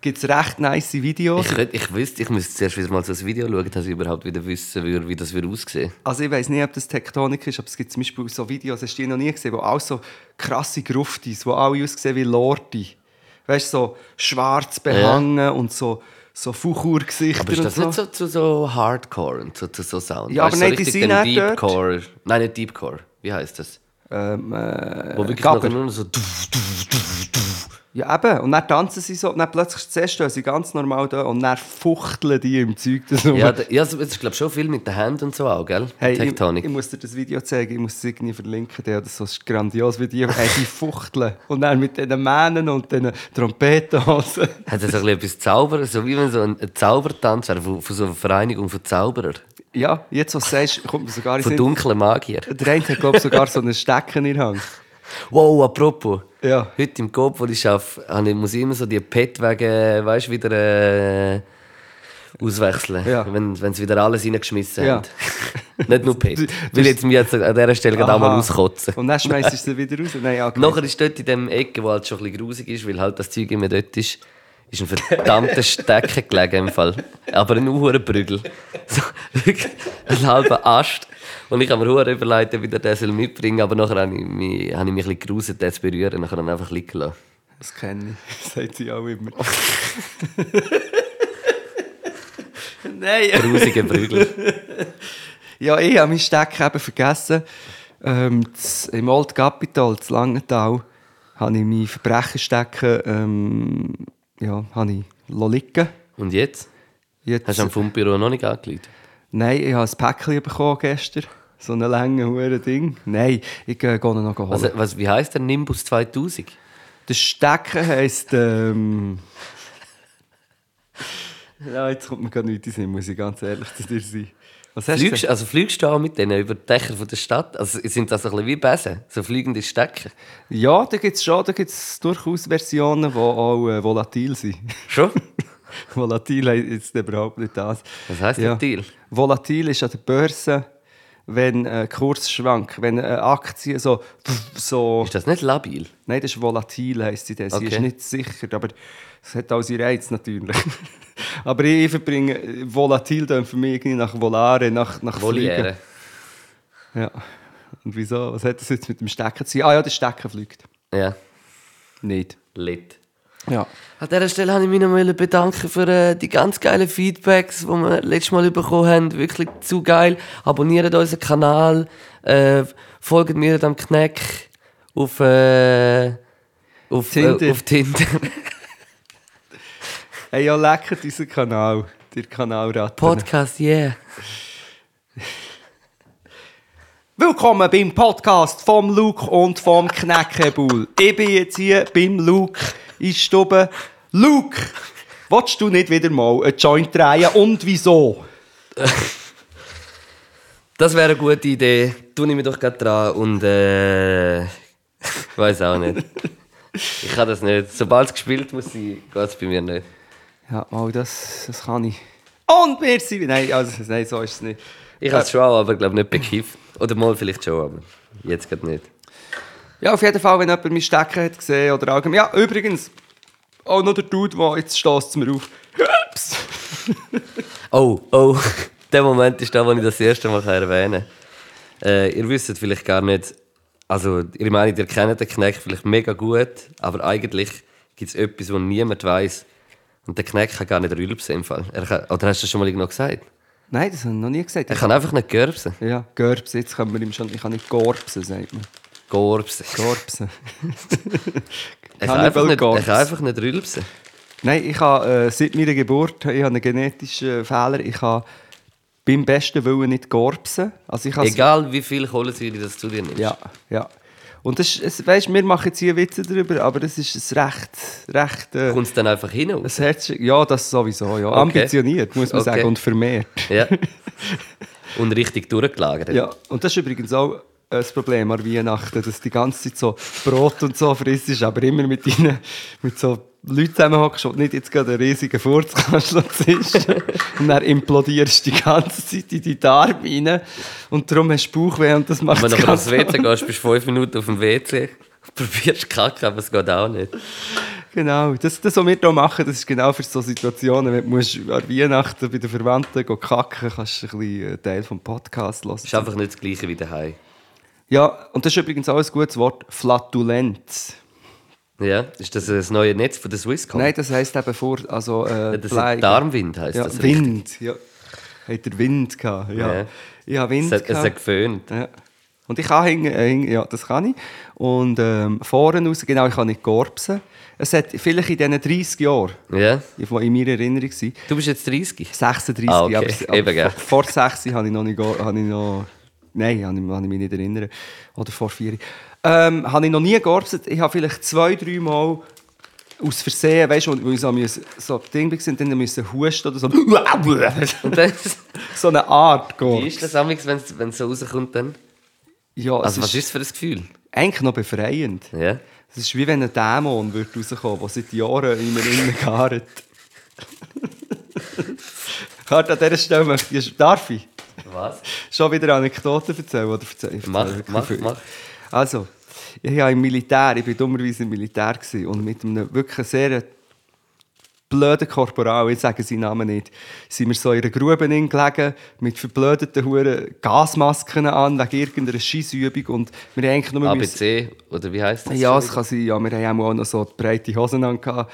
[SPEAKER 5] gibt es recht nice Videos.
[SPEAKER 6] Ich, könnte- ich wüsste, ich müsste zuerst wieder mal so ein Video schauen, dass ich überhaupt wieder wissen würde, wie das würde aussehen
[SPEAKER 5] Also ich weiß nicht, ob das Tektonik ist, aber es gibt zum Beispiel so Videos, hast du die noch nie gesehen, wo alle so krasse Gruftis, wo alle aussehen wie Lordi. Weißt du, so schwarz behangen und so, so Fuchur-Gesichter
[SPEAKER 6] Aber ist das
[SPEAKER 5] und
[SPEAKER 6] nicht so zu so Hardcore und so, zu so Sound?
[SPEAKER 5] Ja,
[SPEAKER 6] Weißt
[SPEAKER 5] aber
[SPEAKER 6] du,
[SPEAKER 5] nicht, die
[SPEAKER 6] richtig
[SPEAKER 5] sind
[SPEAKER 6] den
[SPEAKER 5] nicht dort.
[SPEAKER 6] Deepcore. Nein, nicht Deepcore. Wie heißt das?
[SPEAKER 5] Ähm, äh,
[SPEAKER 6] Wo wirklich
[SPEAKER 5] Gabber.
[SPEAKER 6] nachher nur noch so. tuff, tuff, tuff, tuff.
[SPEAKER 5] Ja, eben. Und dann tanzen sie so. Und dann plötzlich zuerst stehen sie ganz normal da und dann fuchteln die im Zeug. Das
[SPEAKER 6] Ja, da- ja, es ist glaube schon viel mit den Händen und so auch, gell?
[SPEAKER 5] Hey, ich,
[SPEAKER 6] Tektonik.
[SPEAKER 5] ich muss dir das Video zeigen, ich muss es irgendwie verlinken. Der, das ist grandios, wie die, hey, die fuchteln. Und dann mit diesen Mähnen und diesen Trompetenhosen.
[SPEAKER 6] Hat das ein bisschen etwas Zauberer, so wie wenn so ein ein Zaubertanz wäre, von, von so einer Vereinigung von Zauberern,
[SPEAKER 5] Ja, jetzt, was du sagst, kommt mir sogar in
[SPEAKER 6] von
[SPEAKER 5] den Sinn.
[SPEAKER 6] dunklen Magier.
[SPEAKER 5] Der eine hat, glaube ich, sogar so einen Stecken in der Hand.
[SPEAKER 6] Wow, apropos.
[SPEAKER 5] Ja.
[SPEAKER 6] Heute im Coop, wo ich arbeite, habe ich- muss ich immer so die Pet wegen, weißt du, wieder äh, auswechseln.
[SPEAKER 5] Ja.
[SPEAKER 6] Wenn, wenn sie wieder alles reingeschmissen
[SPEAKER 5] Ja.
[SPEAKER 6] haben. Nicht nur Pet. Weil
[SPEAKER 5] das-
[SPEAKER 6] jetzt mir jetzt an dieser Stelle gerade auch mal
[SPEAKER 5] Aha.
[SPEAKER 6] auskotzen.
[SPEAKER 5] Und dann schmeißt du sie wieder raus. Nein, ja, genau. okay.
[SPEAKER 6] Nachher ist dort in dem Ecke, wo halt schon ein bisschen grusig ist, weil halt das Zeug immer dort ist, ist ein verdammter Stecken gelegen im Fall. Aber ein Uhrenbrügel. So, wirklich, ein halber Ast. Und ich habe mir Uhren überlegt, ob ich den soll mitbringen soll, aber nachher habe ich mich, habe ich mich ein bisschen gruset, den zu berühren. Nachher habe ich ihn einfach liegen lassen.
[SPEAKER 5] Das kenne ich. Das sagt sie auch immer. Nein.
[SPEAKER 6] Grusiger Brügel.
[SPEAKER 5] Ja, ich habe meinen Stecken eben vergessen. Ähm, das, Im Old Capital, in Langenthal, habe ich meinen Verbrechenstecken ähm, ja, habe ich lassen liegen
[SPEAKER 6] Und jetzt?
[SPEAKER 5] Jetzt,
[SPEAKER 6] Hast du am Fundbüro noch nicht angelegt?
[SPEAKER 5] Nein, ich habe ein Päckchen bekommen gestern. So
[SPEAKER 6] Also,
[SPEAKER 5] ein langes Ding. Nein, ich äh, gehe ihn noch holen.
[SPEAKER 6] Was, was, wie heisst der Nimbus 2000?
[SPEAKER 5] Der Stecken heisst. Ähm, ja, jetzt kommt mir gar nichts in den Sinn, muss ich ganz ehrlich zu dir sein. Was hast du
[SPEAKER 6] Fliegst,
[SPEAKER 5] gesagt?
[SPEAKER 6] also fliegst du auch mit denen über die Dächer von der Stadt? Also sind das ein bisschen wie Besen, so fliegende Stecker?
[SPEAKER 5] Ja, da gibt es schon da gibt's durchaus Versionen, die auch äh, volatil sind.
[SPEAKER 6] Schon?
[SPEAKER 5] volatil ist überhaupt nicht das.
[SPEAKER 6] Was heisst volatil?
[SPEAKER 5] Volatil ist an der Börse, wenn äh, Kurs schwankt, wenn äh, Aktien so, so
[SPEAKER 6] Ist das nicht labil?
[SPEAKER 5] Nein, das ist volatil, heisst sie. das. Sie
[SPEAKER 6] Okay.
[SPEAKER 5] ist nicht sicher, aber es hat auch seinen Reiz natürlich. aber ich verbringe volatil dann für mich irgendwie nach Volare, nach, nach
[SPEAKER 6] Voliere.
[SPEAKER 5] Fliegen. Ja. Und wieso? Was hat das jetzt mit dem Stecken zu tun? Ah ja, der Stecken fliegt.
[SPEAKER 6] äh, Ja,
[SPEAKER 5] Nicht.
[SPEAKER 6] lit.
[SPEAKER 5] Ja.
[SPEAKER 6] An dieser Stelle wollte ich mich noch mal bedanken für äh, die ganz geilen Feedbacks, die wir letztes Mal bekommen haben. Wirklich zu geil. Abonniert unseren Kanal. Äh, folgt mir am Kneck auf, äh, auf
[SPEAKER 5] Tinder.
[SPEAKER 6] Äh, auf Tinder.
[SPEAKER 5] Hey, ja, lecker diesen Kanal. Der Kanalrat.
[SPEAKER 6] Podcast, yeah.
[SPEAKER 5] Willkommen beim Podcast vom Luke und vom Knäckebull. Ich bin jetzt hier beim Luke in Stube. Luke, willst du nicht wieder mal einen Joint drehen und wieso?
[SPEAKER 6] Das wäre eine gute Idee. Tu ich mich doch gerade dran und äh, ich weiß auch nicht. Ich kann das nicht. Sobald es gespielt muss, geht es bei mir nicht.
[SPEAKER 5] Ja, mal das, das kann ich. Und wir sind... Nein, also, nein so ist es nicht.
[SPEAKER 6] Ich habe es schon, auch, aber glaube nicht bekifft. Oder mal vielleicht schon, aber jetzt gerade nicht.
[SPEAKER 5] Ja, auf jeden Fall, wenn jemand mich stecken hat gesehen oder allgemein... Ja, übrigens, auch noch der Dude, der jetzt stößt es mir auf. Ups.
[SPEAKER 6] Oh, oh, der Moment ist der, wo ich das erste Mal erwähnen kann. Äh, ihr wisst vielleicht gar nicht, also ich meine, ihr kennt den Kneck vielleicht mega gut, aber eigentlich gibt es etwas, was niemand weiß. Und der Kneck kann gar nicht rülpsen im Fall. Er kann, oder hast du das schon mal irgendwo gesagt?
[SPEAKER 5] Nein, das habe ich noch nie gesagt.
[SPEAKER 6] Er kann einfach nicht görbsen.
[SPEAKER 5] Ja, Görbs, jetzt können wir ihm schon... Ich kann nicht Gorbsen, sagt man.
[SPEAKER 6] Gorbsen.
[SPEAKER 5] Gorbsen.
[SPEAKER 6] Er kann, einfach nicht, er kann einfach nicht rülpsen.
[SPEAKER 5] Nein, ich habe äh, seit meiner Geburt ich habe einen genetischen Fehler. Ich habe beim besten Willen nicht gorbsen. Also ich habe
[SPEAKER 6] Egal wie viel Kohlensäure das zu dir nimmst.
[SPEAKER 5] Ja, ja. Und das ist, es- weisst, wir machen jetzt hier Witze darüber, aber das ist ein recht, recht... Äh,
[SPEAKER 6] Kommt es dann einfach
[SPEAKER 5] ein
[SPEAKER 6] hinaus.
[SPEAKER 5] Herz, ja, das sowieso, ja.
[SPEAKER 6] Okay.
[SPEAKER 5] Ambitioniert, muss man
[SPEAKER 6] Okay.
[SPEAKER 5] sagen, und vermehrt.
[SPEAKER 6] Ja. Und richtig durchgelagert.
[SPEAKER 5] Ja, und das ist übrigens auch ein Problem an Weihnachten, dass du die ganze Zeit so Brot und so frisst, aber immer mit ihnen, mit so Leuten zusammenhockst und nicht jetzt gerade einen riesigen Furz kannst lassen. und dann implodierst du die ganze Zeit in die Darm rein und darum hast du Bauchweh und das macht
[SPEAKER 6] Wenn du aber
[SPEAKER 5] ganz genau.
[SPEAKER 6] aufs WC gehst, bist du fünf Minuten auf dem WC. Probierst kacken, aber es geht auch nicht.
[SPEAKER 5] Genau, das, das, was wir hier machen, das ist genau für so Situationen, wenn du musst an Weihnachten bei den Verwandten gehen kacken kannst du ein bisschen äh, Teil vom Podcast hören.
[SPEAKER 6] Ist einfach nicht das Gleiche wie daheim.
[SPEAKER 5] Ja, und das ist übrigens auch ein gutes Wort, Flatulenz.
[SPEAKER 6] Ja? Ist das das neue Netz von der Swisscom?
[SPEAKER 5] Nein, das heisst eben vor, also äh,
[SPEAKER 6] Oh. Ja, das ist
[SPEAKER 5] Bleigen.
[SPEAKER 6] Darmwind, heisst
[SPEAKER 5] ja,
[SPEAKER 6] das. richtig?
[SPEAKER 5] Wind, ja. Hat der Wind gehabt, ja.
[SPEAKER 6] Ja.
[SPEAKER 5] Ich habe Wind
[SPEAKER 6] Es hat, es hat
[SPEAKER 5] gehabt.
[SPEAKER 6] geföhnt.
[SPEAKER 5] ja. Und ich kann hingen, äh, hingen- ja, das kann ich. Und ähm, vorne raus, genau, ich kann nicht gorbsen. Es hat vielleicht in diesen 30 Jahren,
[SPEAKER 6] Ja?
[SPEAKER 5] die in meiner Erinnerung sind,
[SPEAKER 6] Du bist jetzt 30.
[SPEAKER 5] 36,
[SPEAKER 6] Ah, okay.
[SPEAKER 5] aber, aber
[SPEAKER 6] Eben, gell.
[SPEAKER 5] vor, vor 6 habe ich noch nicht... go- Habe ich noch Nein, habe ich, habe ich mich nicht erinnern. Oder vor vier. Ähm, habe ich noch nie gearbeitet. Ich habe vielleicht zwei, drei Mal aus Versehen, weißt du, wo ich so, müssen- so Ding war, und dann musste ich husten oder so.
[SPEAKER 6] Und das,
[SPEAKER 5] so eine Art
[SPEAKER 6] wie
[SPEAKER 5] Gorb.
[SPEAKER 6] ist das amigs, wenn es wenn es so rauskommt dann?
[SPEAKER 5] Ja, es
[SPEAKER 6] Also
[SPEAKER 5] ist,
[SPEAKER 6] was ist das für ein Gefühl?
[SPEAKER 5] eigentlich noch befreiend.
[SPEAKER 6] Ja?
[SPEAKER 5] Es ist wie wenn ein Dämon wird rauskommen würde, der seit Jahren in mir innen gärt. Hart an dieser Stelle möchte ich... Darf ich?
[SPEAKER 6] Was?
[SPEAKER 5] schon wieder Anekdoten erzählen oder erzählen? Ich
[SPEAKER 6] Mach,
[SPEAKER 5] erzähle wirklich
[SPEAKER 6] mach,
[SPEAKER 5] viel.
[SPEAKER 6] mach.
[SPEAKER 5] Also, ich war im Militär, ich war dummerweise im Militär gewesen und mit einem wirklich sehr blöden Korporal, ich sage seinen Namen nicht, sind wir so in einer Grube gelegen, mit verblödeten Huren Gasmasken an, wegen irgendeiner Scheissübung und wir haben eigentlich nur...
[SPEAKER 6] Ah,
[SPEAKER 5] müssen-
[SPEAKER 6] ABC, oder wie heisst das?
[SPEAKER 5] ja, es kann sein. Ja, wir haben auch noch so breite Hosen an. gehabt.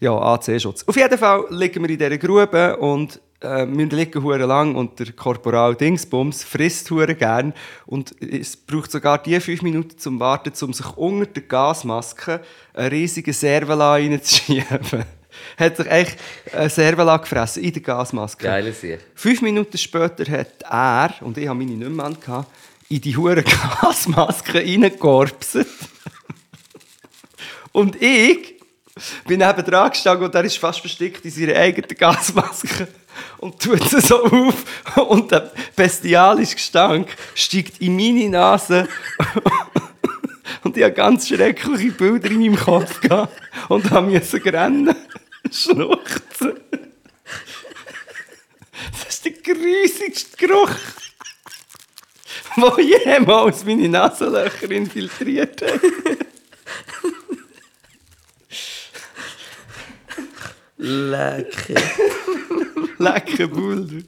[SPEAKER 5] Ja, AC-Schutz. Auf jeden Fall liegen wir in dieser Grube und äh, wir liegen hure lang und der Korporal Dingsbums frisst hure gern und es braucht sogar die fünf Minuten zum Warten, um sich unter der Gasmaske einen riesigen Servela reinzuschieben. Hat sich echt ein Servela gefressen in der Gasmaske.
[SPEAKER 6] Geile Sache.
[SPEAKER 5] Fünf Minuten später hat er, und ich habe meine nicht mehr an, gehabt, in die hure Gasmaske reingegorbset. Und ich bin neben dran gestanden und er ist fast versteckt in seiner eigenen Gasmaske. Und tut sie so auf und der bestialische Gestank steigt in meine Nase. Und ich habe ganz schreckliche Bilder in meinem Kopf gehabt und habe müssen rennen, schluchzen. Das ist der grusigste Geruch, den jemals meine Nasenlöcher infiltriert hat.
[SPEAKER 6] Lecker.
[SPEAKER 5] Lecker Bull.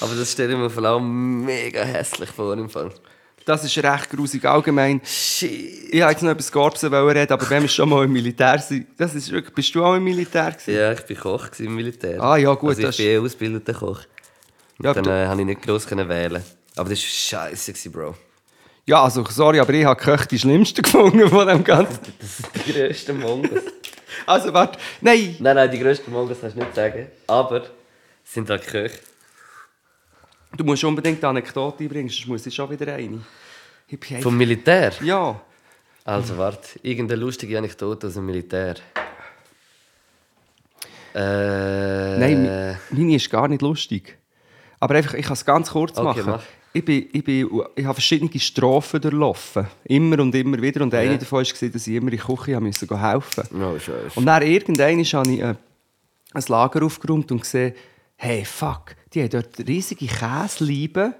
[SPEAKER 6] Aber das stelle ich mir vor allem mega hässlich vor im Fall.
[SPEAKER 5] Das ist recht grusig allgemein.
[SPEAKER 6] Shit.
[SPEAKER 5] Ich wollte jetzt noch über Skorpsen reden, aber wenn wir schon mal im Militär sind, das ist wirklich, bist du auch im Militär gewesen?
[SPEAKER 6] Ja, ich bin Koch gewesen im Militär.
[SPEAKER 5] Ah, ja, gut,
[SPEAKER 6] Also ich
[SPEAKER 5] das-
[SPEAKER 6] bin eh ausgebildeter Koch.
[SPEAKER 5] Ja,
[SPEAKER 6] Dann
[SPEAKER 5] du-
[SPEAKER 6] äh, habe ich nicht gross können wählen. Aber das war scheiße, gewesen, Bro.
[SPEAKER 5] ja, also sorry, aber ich habe Köche die schlimmsten gefunden von dem Ganzen.
[SPEAKER 6] Die grössten Mongos.
[SPEAKER 5] Also warte, nein,
[SPEAKER 6] nein, nein, die grössten Mongos kannst du nicht sagen. Aber es sind halt Köche.
[SPEAKER 5] du musst unbedingt eine Anekdote einbringen, sonst muss ich schon wieder eine. Ich bin einfach...
[SPEAKER 6] Vom Militär?
[SPEAKER 5] Ja,
[SPEAKER 6] Also warte, irgendeine lustige Anekdote aus dem Militär. Äh,
[SPEAKER 5] nein, mi- meine ist gar nicht lustig. Aber einfach, ich kann es ganz kurz
[SPEAKER 6] Okay,
[SPEAKER 5] machen.
[SPEAKER 6] mach.
[SPEAKER 5] Ich, bin, ich, bin, ich habe verschiedene Strophen durchlaufen. Immer und immer wieder. Und eine
[SPEAKER 6] Ja.
[SPEAKER 5] davon war, dass ich immer in die Küche haben musste gehen helfen
[SPEAKER 6] No, Oh, scheiße.
[SPEAKER 5] Und dann irgendwann habe ich äh, ein Lager aufgeräumt und gesehen, hey, fuck, die haben dort riesige Käselieben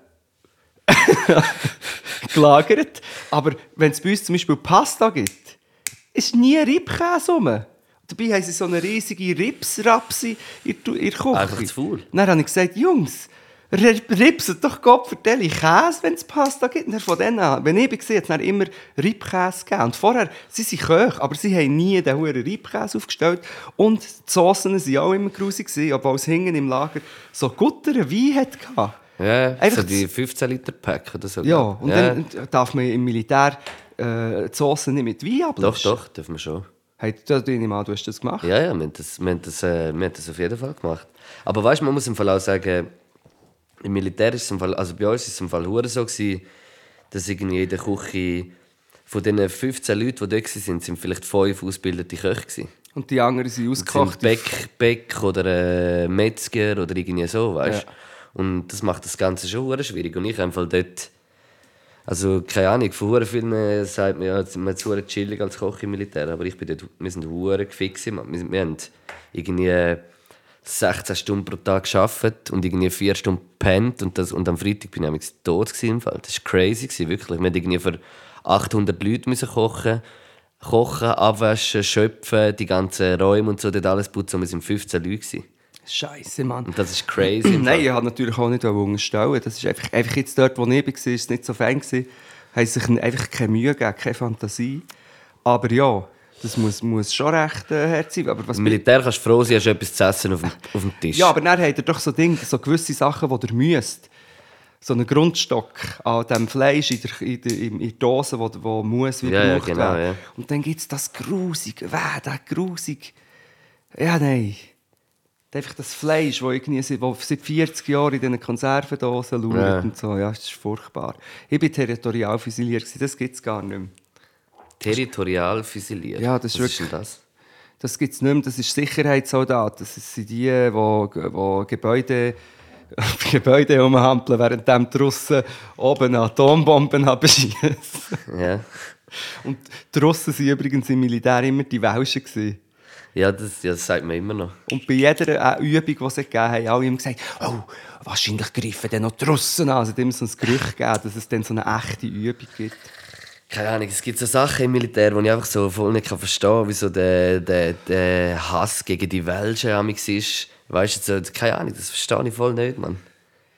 [SPEAKER 5] gelagert. Aber wenn es bei uns zum Beispiel Pasta gibt, ist nie Riebkäse rum. Dabei haben sie so eine riesige Ripsrapse in der- in der Küche.
[SPEAKER 6] Einfach zu faul.
[SPEAKER 5] Dann habe ich gesagt, Jungs, rip- ripset doch Gott für Käse, wenn es Pasta gibt. Und dann von denen an, wenn ich gesehen hat es immer Riebkäse gegeben. Und vorher, sie sind Köche, aber sie haben nie den hohen Riebkäse aufgestellt. Und die Soßen waren auch immer grusig, gewesen, obwohl es hinten im Lager so gutteren Wein hatte.
[SPEAKER 6] Ja,
[SPEAKER 5] Einfach
[SPEAKER 6] so die 15 Liter Pack oder so.
[SPEAKER 5] Ja, und
[SPEAKER 6] Ja,
[SPEAKER 5] dann äh, darf man im Militär äh, die Soße nicht mit Wein
[SPEAKER 6] Doch,
[SPEAKER 5] ablöschen.
[SPEAKER 6] doch, dürfen wir schon.
[SPEAKER 5] Hey, da, du, mal, du hast das gemacht.
[SPEAKER 6] Ja, ja, wir haben das, wir haben das, äh, wir haben das auf jeden Fall gemacht. Aber weißt du, man muss im Fall auch sagen, im Militär ist es im Fall, also bei uns ist es im Fall hure so gewesen, dass irgendwie in der Küche von diesen 15 Leuten, die dort waren, sind vielleicht fünf ausgebildete Köche gewesen.
[SPEAKER 5] Und die anderen sind
[SPEAKER 6] sind
[SPEAKER 5] ausgekocht.
[SPEAKER 6] Bäck, Bäck oder äh, Metzger oder irgendwie so, weißt Und das macht das Ganze schon hure schwierig. Und ich einfach dort. Also, keine Ahnung, von hure vielen äh, sagt man ja, jetzt- man ist hure chillig als Koch im Militär, aber ich bin dort, wir sind hure gefixt. Mann. Wir, sind- wir haben irgendwie äh, 16 Stunden pro Tag gearbeitet und irgendwie 4 Stunden pennt und, das, und am Freitag bin ich nämlich tot gewesen im Fall. Das war crazy, gewesen, wirklich. Wir haben irgendwie für 800 Leute müssen kochen kochen, abwaschen, schöpfen, die ganzen Räume und so, dort alles putzen. Und wir sind 15 Leute. gewesen.
[SPEAKER 5] Scheiße, Mann.
[SPEAKER 6] Und das ist crazy. im
[SPEAKER 5] Nein,
[SPEAKER 6] Fall.
[SPEAKER 5] ich wollte natürlich auch nicht unterstellen. Das ist einfach, einfach jetzt dort, wo ich war, war es nicht so fein. gewesen. Haben sich einfach keine Mühe gegeben, keine Fantasie. Aber ja, das muss, muss schon recht äh, hart sein. Aber was
[SPEAKER 6] Im Militär kannst du froh sein, hast du etwas zu essen auf dem, auf dem Tisch.
[SPEAKER 5] ja, aber dann habt ihr doch so Dinge, so gewisse Sachen, die ihr müsst. So einen Grundstock an dem Fleisch in der, in der, in der Dose, wo, wo muss wieder
[SPEAKER 6] Ja, ja,
[SPEAKER 5] gebraucht
[SPEAKER 6] genau,
[SPEAKER 5] werden.
[SPEAKER 6] ja.
[SPEAKER 5] Und dann gibt es das Grusige. Wäh, das Grusig. Ja, nein. Einfach das Fleisch, das irgendwie seit, wo seit 40 Jahren in diesen Konservendosen lauert
[SPEAKER 6] Ja.
[SPEAKER 5] und so. Ja, das ist furchtbar. Ich war territorial fisiliert, das gibt es gar nicht mehr.
[SPEAKER 6] Territorial fisiliert.
[SPEAKER 5] Ja, das ist
[SPEAKER 6] Was
[SPEAKER 5] wirklich-
[SPEAKER 6] Ist denn das?
[SPEAKER 5] Das gibt es nicht mehr, das ist Sicherheitssoldat. Das sind die, die, die Gebäude, Gebäude umhandeln, während die Russen oben Atombomben beschießen.
[SPEAKER 6] Ja.
[SPEAKER 5] Und die Russen waren übrigens im Militär immer die Welschen. Gewesen.
[SPEAKER 6] Ja, das, ja, das sagt man immer noch.
[SPEAKER 5] Und bei jeder äh, Übung, die es gegeben hat, haben alle immer gesagt, oh, wahrscheinlich greifen dann noch die Russen an. Es hat immer so ein Gerücht gegeben, dass es dann so eine echte Übung gibt.
[SPEAKER 6] Keine Ahnung, es gibt so Sachen im Militär, die ich einfach so voll nicht kann verstehen kann, wie so der, der, der Hass gegen die Welschen amig ist. Weißt du, so, keine Ahnung, das verstehe ich voll nicht, Mann.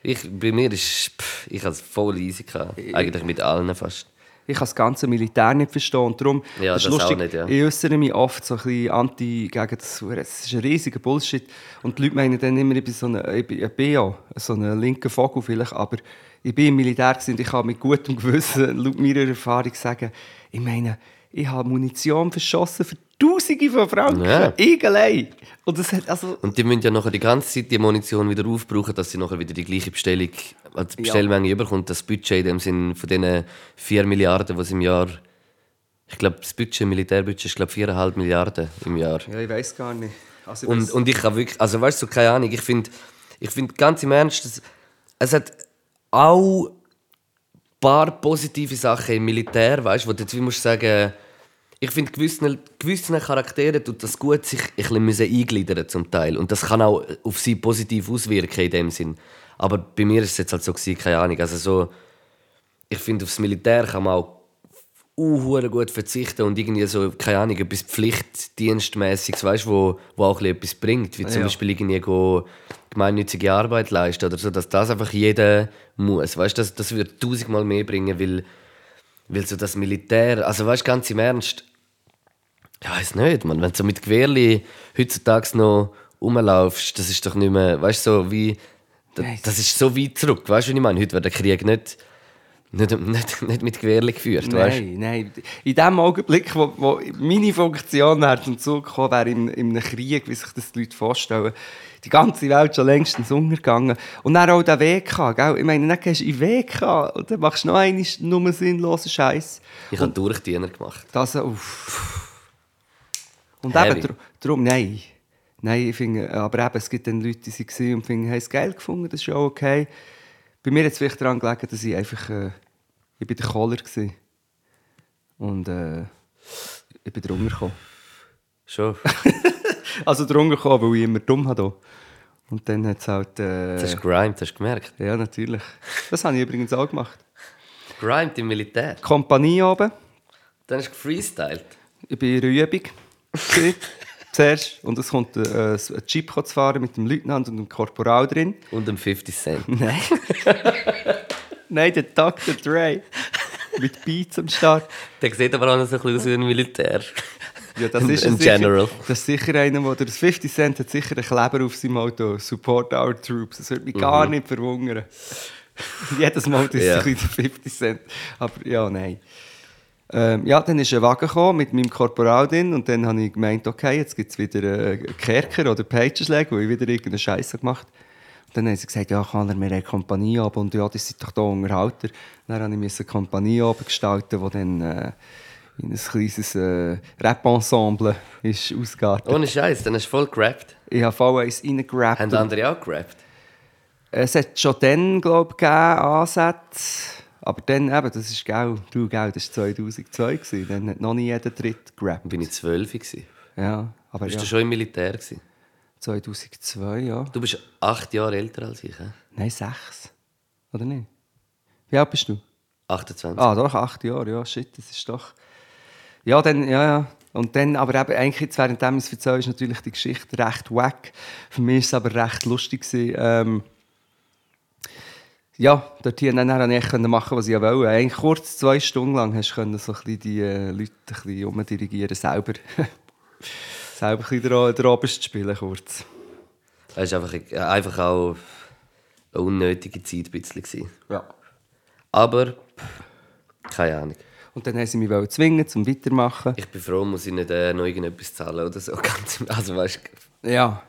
[SPEAKER 6] Ich, bei mir ist. Pff, ich habe es voll easy gehabt. Eigentlich mit allen fast.
[SPEAKER 5] Ich kann das ganze Militär nicht verstehen. Und darum,
[SPEAKER 6] Ja,
[SPEAKER 5] ist
[SPEAKER 6] das auch nicht, ja.
[SPEAKER 5] ich äußere mich oft so ein bisschen anti gegen das. Huren. Es ist ein riesiger Bullshit. Und die Leute meinen dann immer, ich bin so ein, ich bin ein BO, so ein linker Vogel vielleicht. Aber ich bin im Militär gewesen und ich kann mit gutem Gewissen, laut meiner Erfahrung, sagen, ich meine, ich habe Munition verschossen für Tausende von Franken.
[SPEAKER 6] Ja.
[SPEAKER 5] Ich allein. Und das hat also...
[SPEAKER 6] Und die müssen ja nachher die ganze Zeit die Munition wieder aufbrauchen, dass sie nachher wieder die gleiche Bestellung, also die Bestellmenge überkommt. Das Budget in dem Sinn von diesen 4 Milliarden, was im Jahr. Ich glaube, das Budget, Militärbudget ist, glaube 4,5 Milliarden im Jahr.
[SPEAKER 5] Ja, ich weiß gar nicht. Also, ich
[SPEAKER 6] Und,
[SPEAKER 5] weiss-
[SPEAKER 6] und ich habe wirklich, also weißt du, keine Ahnung, ich finde, ich finde ganz im Ernst, es, es hat auch ein paar positive Sachen im Militär, weißt du, wo du jetzt wie musst sagen, ich finde, gewissen, gewissen Charakteren tut das gut, sich ein bisschen müssen eingliedern zum Teil. Und das kann auch auf sie positiv auswirken in dem Sinn. Aber bei mir ist es jetzt halt so gewesen, keine Ahnung, also so, ich finde, aufs Militär kann man auch uh, gut verzichten und irgendwie so, keine Ahnung, etwas Pflichtdienstmäßiges, weißt du, wo, wo auch ein bisschen etwas bringt. Wie zum
[SPEAKER 5] Ja.
[SPEAKER 6] Beispiel irgendwie go gemeinnützige Arbeit leisten oder so, dass das einfach jeder muss. Weißt du, das, das würde tausendmal mehr bringen, weil, weil so das Militär, also weißt du, ganz im Ernst, ich weiß nicht, man, wenn du so mit Gewehrli heutzutage noch rumlaufst, das ist doch nicht mehr, weißt du, so wie, das, das ist so weit zurück, weißt du, was ich meine? Heute wird der Krieg nicht, nicht, nicht, nicht mit Gewehrli geführt, weißt du?
[SPEAKER 5] Nein, nein. In dem Augenblick, wo, wo meine Funktion her zum Zug kam, wäre in, in einem Krieg, wie sich das die Leute vorstellen, die ganze Welt schon längstens untergegangen. Und dann auch der WK, gell? Ich meine, dann gehst du in WK und dann machst du noch einen nur sinnlosen Scheiß.
[SPEAKER 6] Ich habe Durchdiener gemacht.
[SPEAKER 5] Das, uff. Und
[SPEAKER 6] Heavy.
[SPEAKER 5] eben, darum, nein. Nein, ich finde, aber eben, es gibt dann Leute, die sie gesehen und finden, haben es geil gefunden, das ist ja okay. Bei mir hat es vielleicht daran gelegen, dass ich einfach, äh, ich bin der Caller gewesen. Und, äh, ich bin drunter gekommen.
[SPEAKER 6] Schon.
[SPEAKER 5] Also drunter gekommen, weil ich immer dumm hatte. Und dann hat es halt,
[SPEAKER 6] Das
[SPEAKER 5] äh,
[SPEAKER 6] ist grimed, hast du gemerkt?
[SPEAKER 5] ja, natürlich. Das habe ich übrigens auch gemacht.
[SPEAKER 6] Grimed im Militär.
[SPEAKER 5] Kompanie oben.
[SPEAKER 6] Dann hast du gefreestylt.
[SPEAKER 5] Ich war in einer Übung. gewesen, Zuerst. Und es kommt äh, ein Jeep zu fahren mit dem Leutnant und dem Korporal drin.
[SPEAKER 6] Und um 50 Cent.
[SPEAKER 5] Nein. Nein, der Dr. Dre. Mit Beats am Start.
[SPEAKER 6] Der sieht aber auch noch so ein bisschen aus wie ein Militär.
[SPEAKER 5] Ja, das
[SPEAKER 6] Ein-
[SPEAKER 5] ist
[SPEAKER 6] ein
[SPEAKER 5] es sicher-
[SPEAKER 6] General.
[SPEAKER 5] Das ist sicher einer, der durch 50 Cent hat sicher einen Kleber auf seinem Auto. Support our troops. Das würde mich gar nicht verwundern. Jedes Mal ist
[SPEAKER 6] Mhm. Ja.
[SPEAKER 5] es ein bisschen 50 Cent. Aber ja, nein. Ähm, ja, dann ist ein Wagen gekommen mit meinem Korporal drin und dann habe ich gemeint, okay, jetzt gibt es wieder äh, Kerker oder Peitschenschläge, weil ich wieder irgendeine Scheiße gemacht habe. Und dann haben sie gesagt, ja, kann er mir eine Kompanie ab und ja, das sind doch da Unterhalter. Dann habe ich mir eine Kompanie abgestalten, die dann äh, in ein kleines äh, Rap-Ensemble ist ausgeartet.
[SPEAKER 6] Ohne Scheiß, dann hast du voll gerappt.
[SPEAKER 5] Ich habe V1 reingerappt.
[SPEAKER 6] Haben
[SPEAKER 5] und-
[SPEAKER 6] andere auch gerappt?
[SPEAKER 5] Es hat schon dann, glaube ich, gegeben, Ansätze. Aber dann eben, das ist geil. Du, geil, das war 2002. Gewesen. Dann hat noch nie jeder Dritt gerappt.
[SPEAKER 6] Bin ich zwölf gewesen.
[SPEAKER 5] Ja, aber
[SPEAKER 6] Bist
[SPEAKER 5] ja,
[SPEAKER 6] du schon im Militär gewesen?
[SPEAKER 5] 2002, ja.
[SPEAKER 6] Du bist acht Jahre älter als ich, hä?
[SPEAKER 5] Nein, sechs. Oder nicht? Wie alt bist du?
[SPEAKER 6] 28.
[SPEAKER 5] Ah, doch, acht Jahre, ja, shit, das ist doch... Ja, dann, ja, ja. Und dann, aber eben, eigentlich jetzt währenddem ich es erzähle, ist natürlich die Geschichte recht wack. Für mich war es aber recht lustig. Gewesen. Ähm, ja, dort hier dann konnte ich eigentlich machen, was ich ja wollte. Eigentlich kurz, zwei Stunden lang, hast du können so ein bisschen die äh, Leute ein bisschen umdirigieren, selber. selber ein bisschen der, O- der Oberst spielen, kurz.
[SPEAKER 6] Das war einfach, äh, einfach auch eine unnötige Zeit ein bisschen. gewesen.
[SPEAKER 5] Ja.
[SPEAKER 6] Aber, pff, keine Ahnung.
[SPEAKER 5] Und dann haben sie mich wollen zwingen, zum weitermachen.
[SPEAKER 6] Ich bin froh, muss ich nicht äh, noch irgendetwas zahlen oder so. Ganz im- Also weißt du,
[SPEAKER 5] Ja.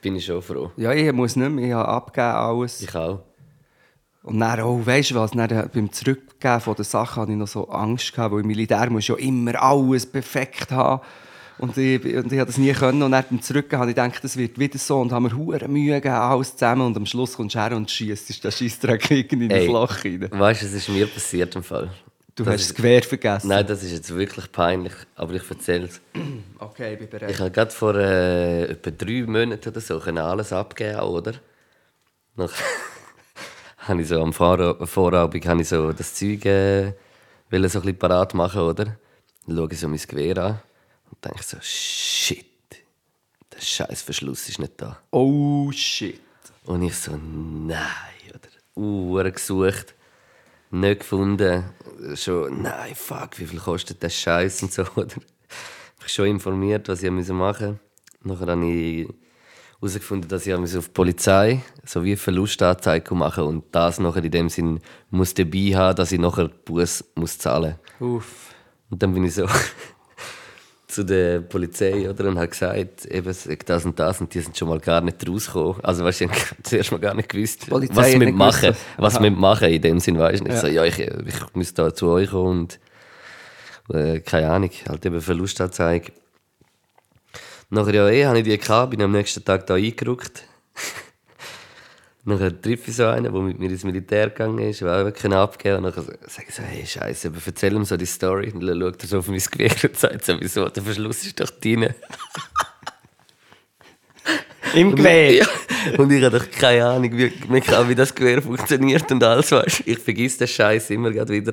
[SPEAKER 6] bin ich schon froh.
[SPEAKER 5] Ja, ich muss nicht mehr, ich habe abgegeben alles.
[SPEAKER 6] Ich auch.
[SPEAKER 5] Und dann, oh, weißt du was, dann, äh, beim Zurückgeben von der Sache hatte ich noch so Angst, gehabt, weil im Militär musst du ja immer alles perfekt haben. Und ich, und ich habe das nie können. Und dann beim Zurückgehen habe ich gedacht, das wird wieder so. Und haben mir hure Mühe gegeben, alles zusammen. Und am Schluss kommst du her und schießt den Scheissdreck irgendwie in
[SPEAKER 6] Ey.
[SPEAKER 5] den Flach rein.
[SPEAKER 6] Weißt du, es ist mir passiert im Fall.
[SPEAKER 5] Du
[SPEAKER 6] das
[SPEAKER 5] hast das
[SPEAKER 6] ist,
[SPEAKER 5] Gewehr vergessen.
[SPEAKER 6] Nein, das ist jetzt wirklich peinlich, aber ich erzähle es.
[SPEAKER 5] Okay, ich bin bereit.
[SPEAKER 6] Ich habe gerade vor äh, etwa drei Monaten oder so können alles abgeben, auch, oder? Noch habe ich so am Vor Vorabend habe ich so das Zeug äh, will so ein bisschen parat machen, oder? Dann schaue ich so mein Gewehr an und denke so, shit, der scheiß Verschluss ist nicht da.
[SPEAKER 5] Oh, shit.
[SPEAKER 6] Und ich so, nein, oder? Uhr gesucht, nicht gefunden. Schon, nein, fuck, wie viel kostet der Scheiß und so, oder? Ich schon informiert, was ich machen musste. Nachher habe ich herausgefunden, dass ich auf die Polizei sowie eine Verlustanzeige machen und das nachher in dem Sinn muss dabei haben, dass ich nachher Buß muss zahlen muss.
[SPEAKER 5] Uff.
[SPEAKER 6] Und dann bin ich so zu der Polizei oder, und habe gesagt, eben sag das und das und die sind schon mal gar nicht rausgekommen. Also weißt du, ich habe zuerst mal gar nicht gewusst,
[SPEAKER 5] Polizei
[SPEAKER 6] was
[SPEAKER 5] hat
[SPEAKER 6] wir
[SPEAKER 5] nicht
[SPEAKER 6] machen,
[SPEAKER 5] gewusst, was-
[SPEAKER 6] was wir machen in dem Sinn, weißt du. Und Ich
[SPEAKER 5] Ja.
[SPEAKER 6] so, ja, ich, ich muss da zu euch kommen und äh, keine Ahnung, halt eben Verlustanzeige. Nachher ja eh, habe ich die gehabt, bin am nächsten Tag da eingerückt. Nachher treffe ich so einen, der mit mir ins Militär gegangen ist, der auch können abgeben konnte. Und dann sage ich so, hey, scheiße, aber erzähl ihm so die Story. Und dann schaut er so auf mein Gewicht und sagt so, wieso, der Verschluss ist doch dein.
[SPEAKER 2] Im Gewehr.
[SPEAKER 6] Ja. Und ich habe doch keine Ahnung, wie, wie das Gewehr funktioniert und alles, weißt Ich vergesse den Scheiß immer gerade wieder.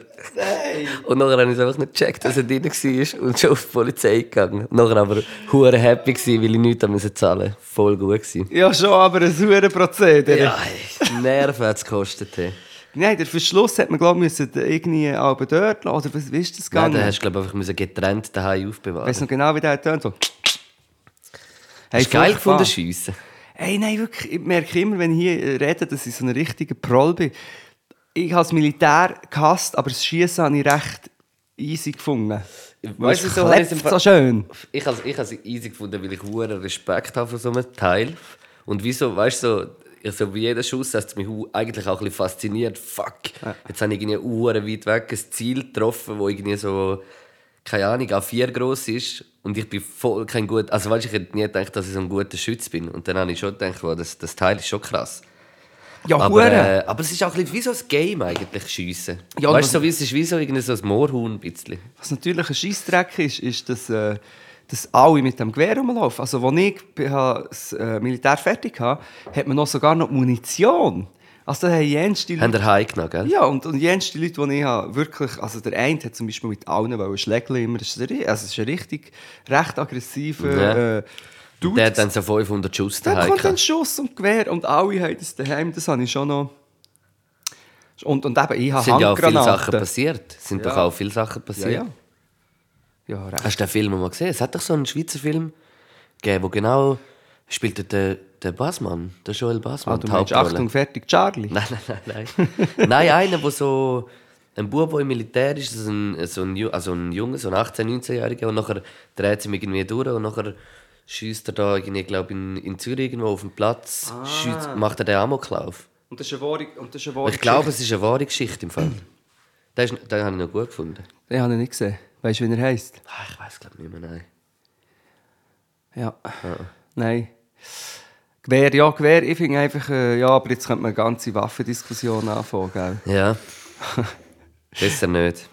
[SPEAKER 6] Und nachher habe ich es einfach nicht gecheckt, dass er drin war und schon auf die Polizei gegangen. Nachher aber hure happy gewesen, weil ich nichts haben musste zahlen musste. Voll gut gewesen.
[SPEAKER 5] Ja, schon, aber ein sauer Prozedere.
[SPEAKER 6] Ja, ey, Nerven hat es gekostet. Hey.
[SPEAKER 5] Nein, der Verschluss hat man, glaube ich, müssen irgendwie aber dort lassen. Oder was wie ist das
[SPEAKER 6] Nein,
[SPEAKER 5] gegangen?
[SPEAKER 6] dann hast du glaub, ich, einfach müssen getrennt daheim aufbewahren.
[SPEAKER 5] Weißt du noch genau, wie der tönt? So.
[SPEAKER 6] Hast du geil gefunden, Schiessen?
[SPEAKER 5] Hey, nein, wirklich, ich merke immer, wenn ich hier äh, rede, dass ich so ein richtiger Proll bin. Ich habe das Militär gehasst, aber das Schießen habe ich recht easy gefunden. Weißt du, so,
[SPEAKER 6] klebt
[SPEAKER 5] klebt so schön.
[SPEAKER 6] Ich habe ich has es easy gefunden, weil ich hohen Respekt habe vor so einem Teil. Und wieso, weißt du, so, ich so, wie jeder Schuss hat es mich hu- eigentlich auch ein bisschen fasziniert. Fuck, jetzt habe ich irgendwie hure weit weg ein Ziel getroffen, wo irgendwie so, keine Ahnung, A4 gross ist. Und ich bin voll kein gut. Also, weißt du, ich hätte nie gedacht, dass ich so ein guter Schütz bin. Und dann habe ich schon gedacht, wow, das, das Teil ist schon krass.
[SPEAKER 5] Ja,
[SPEAKER 6] Aber,
[SPEAKER 5] hure.
[SPEAKER 6] äh, aber es ist auch ein bisschen wie so ein Game eigentlich, Schiessen.
[SPEAKER 5] Ja,
[SPEAKER 6] weißt
[SPEAKER 5] was-
[SPEAKER 6] du, so, wie- es ist wie so, irgendwie so ein Moorhuhn ein bisschen.
[SPEAKER 5] Was natürlich ein Scheissdreck ist, ist, dass, äh, dass alle mit dem Gewehr rumlaufen. Also, als ich be- ha- das äh, Militär fertig hatte, hat man noch sogar noch die Munition. Also, da haben Jens die
[SPEAKER 6] Haben der Hai genommen, gell?
[SPEAKER 5] Ja, und, und Jens, die Leute, die ich habe, wirklich, also der eine hat zum Beispiel mit allen wollen schlägeln immer, das ist, ein ri- also es ist ein richtig, recht aggressiver
[SPEAKER 6] Ja.
[SPEAKER 5] äh, Dude.
[SPEAKER 6] Der hat dann so 500 Schuss
[SPEAKER 5] dann
[SPEAKER 6] daheim
[SPEAKER 5] kommt ein
[SPEAKER 6] gehabt.
[SPEAKER 5] Schuss und Gewehr und alle haben das daheim, das habe ich schon noch. Und, und eben, ich habe
[SPEAKER 6] Es sind ja auch viele
[SPEAKER 5] Handgranaten.
[SPEAKER 6] Sachen passiert. Es sind doch auch viele Sachen
[SPEAKER 5] Ja,
[SPEAKER 6] passiert.
[SPEAKER 5] ja. Ja, recht.
[SPEAKER 6] Hast du den Film mal gesehen? Es hat doch so einen Schweizer Film gegeben, wo genau spielt dort der, der Bassmann, der Joel Bassmann.
[SPEAKER 5] Ah, du
[SPEAKER 6] die
[SPEAKER 5] meinst,
[SPEAKER 6] Hauptrolle.
[SPEAKER 5] Achtung, fertig, Charlie.
[SPEAKER 6] Nein, nein, nein. Nein, nein einer, der so. Ein Bub, der im Militär ist, so ein, so ein, Ju- also ein Junge, so ein 18-, 19-Jähriger, und nachher dreht sie ihm irgendwie durch und nachher schießt er da, irgendwie, glaub, in, in Zürich irgendwo auf dem Platz, schiesst- macht er den Amoklauf.
[SPEAKER 5] Und das ist eine wahre, und das ist eine wahre
[SPEAKER 6] Ich glaube, es ist eine wahre Geschichte im Fall. Den, ist, den habe ich noch gut gefunden.
[SPEAKER 5] Geschichte. Ich habe ihn nicht gesehen. Weißt du, wie er heisst?
[SPEAKER 6] Ah, Ich weiß glaube nicht mehr, nein.
[SPEAKER 5] Ja. Nein. Gewehr, ja, Gewehr. Ich finde einfach, äh, ja, aber jetzt könnte man eine ganze Waffendiskussion anfangen, gell?
[SPEAKER 6] Ja. Besser nicht.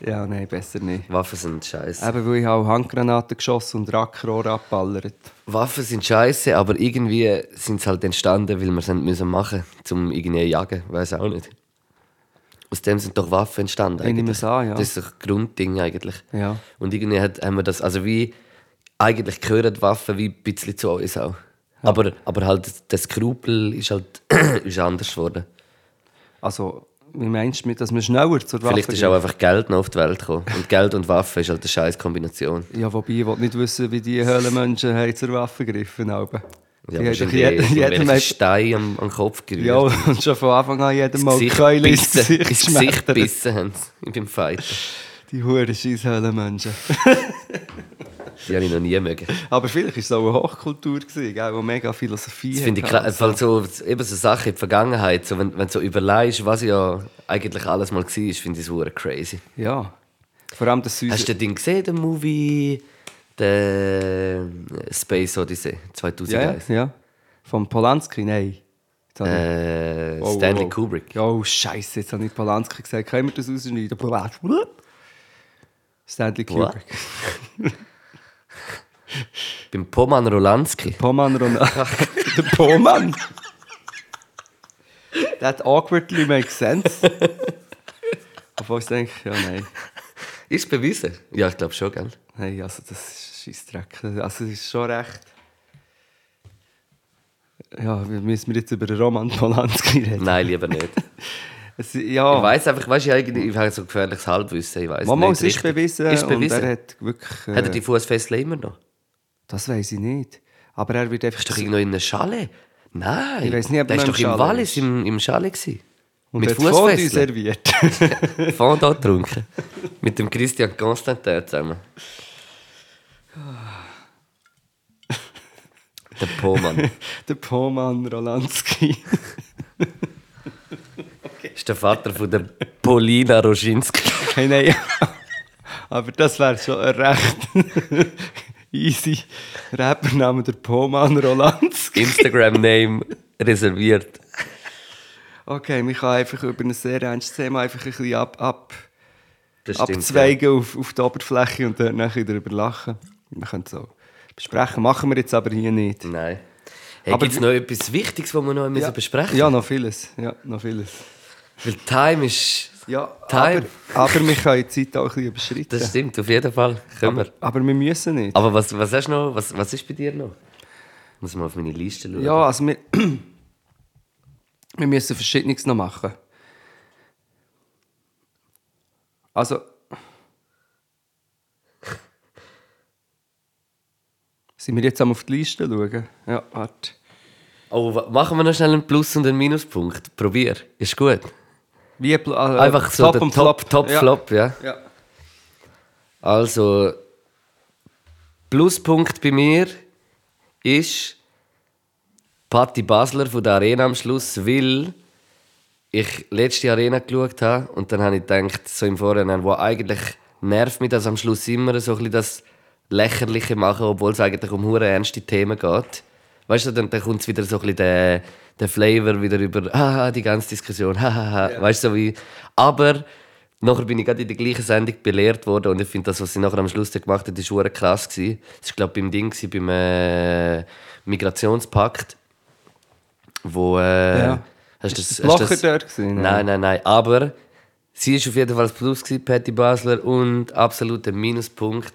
[SPEAKER 5] Ja, nein, besser nicht.
[SPEAKER 6] Waffen sind scheiße.
[SPEAKER 5] Eben, weil ich auch Handgranaten geschossen und Rackrohr abballert.
[SPEAKER 6] Waffen sind scheiße, aber irgendwie sind sie halt entstanden, weil wir es haben müssen machen mussten, um irgendwie zu jagen. Weiß auch nicht. Aus dem sind doch Waffen entstanden.
[SPEAKER 5] Ich nehme
[SPEAKER 6] eigentlich.
[SPEAKER 5] es an, ja.
[SPEAKER 6] Das ist doch ein Grundding eigentlich.
[SPEAKER 5] Ja.
[SPEAKER 6] Und irgendwie hat, haben wir das, also wie, eigentlich gehören die Waffen wie ein bisschen zu uns auch. Aber, aber halt, der Skrupel ist halt ist anders geworden.
[SPEAKER 5] Also, wie meinst du, mit, dass man schneller zur Waffe
[SPEAKER 6] Vielleicht ist auch einfach Geld noch auf die Welt gekommen. Und Geld und Waffe ist halt eine scheiß Kombination.
[SPEAKER 5] Ja, wobei, ich will nicht wissen, wie die Höhlenmenschen haben zur Waffe gegriffen haben. die
[SPEAKER 6] Ja,
[SPEAKER 5] haben doch
[SPEAKER 6] wahrscheinlich
[SPEAKER 5] jed- jedem...
[SPEAKER 6] irgendwelche
[SPEAKER 5] ein-
[SPEAKER 6] Stein am, am Kopf gerührt.
[SPEAKER 5] Ja, und schon von Anfang an jedem mal Keule ins Gesicht
[SPEAKER 6] gebissen, ins Gesicht
[SPEAKER 5] geschmettert.
[SPEAKER 6] gebissen haben sie beim Fighten.
[SPEAKER 5] Die huren scheiß Höhlenmenschen.
[SPEAKER 6] Die habe ich noch nie mögen.
[SPEAKER 5] Aber vielleicht war es auch eine Hochkultur, gewesen, gell, die mega Philosophie
[SPEAKER 6] Das finde ich
[SPEAKER 5] hatte.
[SPEAKER 6] krass. Weil so, eben so Sachen in der Vergangenheit, so, wenn, wenn du so überlegst, was ja eigentlich alles mal war, finde ich es hure crazy.
[SPEAKER 5] Ja. Vor allem das
[SPEAKER 6] Hast du
[SPEAKER 5] Süße.
[SPEAKER 6] den Ding gesehen, den Movie der Space Odyssey
[SPEAKER 5] Ja,
[SPEAKER 6] 2001?
[SPEAKER 5] ja. Von Polanski? Nein. Jetzt habe ich-
[SPEAKER 6] Äh,
[SPEAKER 5] Oh,
[SPEAKER 6] Stanley
[SPEAKER 5] oh.
[SPEAKER 6] Kubrick.
[SPEAKER 5] Oh, Scheiße, jetzt habe ich Polanski gesagt. Können wir das rausschneiden? Blub, blub. Stanley
[SPEAKER 6] What?
[SPEAKER 5] Kubrick.
[SPEAKER 6] Beim Poman Rolanski.
[SPEAKER 5] Poman Ronaldo. Der Poman? That awkwardly makes sense. Obwohl ich denke, ja, nein.
[SPEAKER 6] Ist bewiesen? Ja, ich glaube schon, gell?
[SPEAKER 5] Nein, also das ist Scheissdreck. Also das ist schon recht. Ja, wir müssen wir jetzt über den Roman Polanski reden?
[SPEAKER 6] Nein, lieber nicht.
[SPEAKER 5] Es, ja,
[SPEAKER 6] Ich weiß einfach, weißt du, irgendwie- ich habe so ein gefährliches Halbwissen. Ich weiß
[SPEAKER 5] Mama,
[SPEAKER 6] nicht.
[SPEAKER 5] es ist
[SPEAKER 6] richtig.
[SPEAKER 5] bewiesen,
[SPEAKER 6] Ist bewiesen.
[SPEAKER 5] und er hat wirklich... Äh,
[SPEAKER 6] hat er die Fußfessel immer noch?
[SPEAKER 5] Das weiß ich nicht. Aber er wird einfach...
[SPEAKER 6] Ist doch irgendwo in einer Schale? Nein.
[SPEAKER 5] Ich weiss nicht, ob
[SPEAKER 6] der
[SPEAKER 5] er
[SPEAKER 6] ist
[SPEAKER 5] noch
[SPEAKER 6] doch
[SPEAKER 5] im
[SPEAKER 6] im
[SPEAKER 5] Chalet
[SPEAKER 6] Wallis
[SPEAKER 5] ist.
[SPEAKER 6] im, im Schale gewesen.
[SPEAKER 5] Und
[SPEAKER 6] Mit
[SPEAKER 5] hat Fondue
[SPEAKER 6] Fussfesseln?
[SPEAKER 5] serviert.
[SPEAKER 6] Fondant getrunken. Mit dem Christian Constantin zusammen. Der Pohmann.
[SPEAKER 5] Der Poman Rolanski.
[SPEAKER 6] ist der Vater von der Polina Roschinski.
[SPEAKER 5] Hey, nein. Aber das wäre schon ein recht easy Rappername, der Poman Rolanski.
[SPEAKER 6] Instagram-Name reserviert.
[SPEAKER 5] Okay, man kann einfach über ein sehr ernstes Thema einfach ein bisschen ab, ab,
[SPEAKER 6] Das stimmt,
[SPEAKER 5] abzweigen auf, auf die Oberfläche und dort nachher darüber lachen. Wir können es auch besprechen. Machen wir jetzt aber hier nicht.
[SPEAKER 6] Ja. Nein. Hey,
[SPEAKER 5] Aber
[SPEAKER 6] gibt es noch etwas Wichtiges, was wir noch müssen besprechen
[SPEAKER 5] Ja, noch vieles. Ja, noch vieles.
[SPEAKER 6] Weil Time ist...
[SPEAKER 5] Ja,
[SPEAKER 6] Time.
[SPEAKER 5] aber, aber wir können die Zeit auch ein bisschen überschreiten.
[SPEAKER 6] Das stimmt, auf jeden Fall. Können wir.
[SPEAKER 5] Aber wir müssen nicht.
[SPEAKER 6] Aber was, was hast du noch? Was, was ist bei dir noch? Muss mal auf meine Liste schauen.
[SPEAKER 5] Ja, also wir, wir müssen Verschiedenes noch machen. Also. Sind wir jetzt am auf die Liste schauen? Ja, warte.
[SPEAKER 6] Oh, wa- machen wir noch schnell einen Plus- und einen Minuspunkt. Probier. Ist gut.
[SPEAKER 5] Wie, pl- also,
[SPEAKER 6] Einfach so
[SPEAKER 5] Top
[SPEAKER 6] der
[SPEAKER 5] und
[SPEAKER 6] Top,
[SPEAKER 5] Flop.
[SPEAKER 6] Top,
[SPEAKER 5] ja.
[SPEAKER 6] Flop, ja.
[SPEAKER 5] Ja.
[SPEAKER 6] Also, Pluspunkt bei mir ist Patti Basler von der Arena am Schluss, weil ich letzte Arena geschaut habe und dann habe ich gedacht, so im Vorhinein, wo eigentlich nervt mich das am Schluss immer, so ein bisschen das Lächerliche machen, obwohl es eigentlich um hure ernste Themen geht. Weißt du, dann, dann kommt wieder so ein bisschen der, der Flavor wieder über haha, die ganze Diskussion, hahaha, weißt du, so wie... Aber nachher bin ich gerade in der gleichen Sendung belehrt worden und ich finde das, was sie nachher am Schluss dann gemacht hat, ist hure krass gewesen. Das war, glaube ich, beim Ding, gewesen, beim äh, Migrationspakt, wo... Äh,
[SPEAKER 5] Ja.
[SPEAKER 6] Hast du das, hast
[SPEAKER 5] Locher
[SPEAKER 6] das-
[SPEAKER 5] dort gewesen, ja.
[SPEAKER 6] Nein, nein, nein. Aber sie ist auf jeden Fall das Plus, gewesen, Patty Basler, und absoluter Minuspunkt.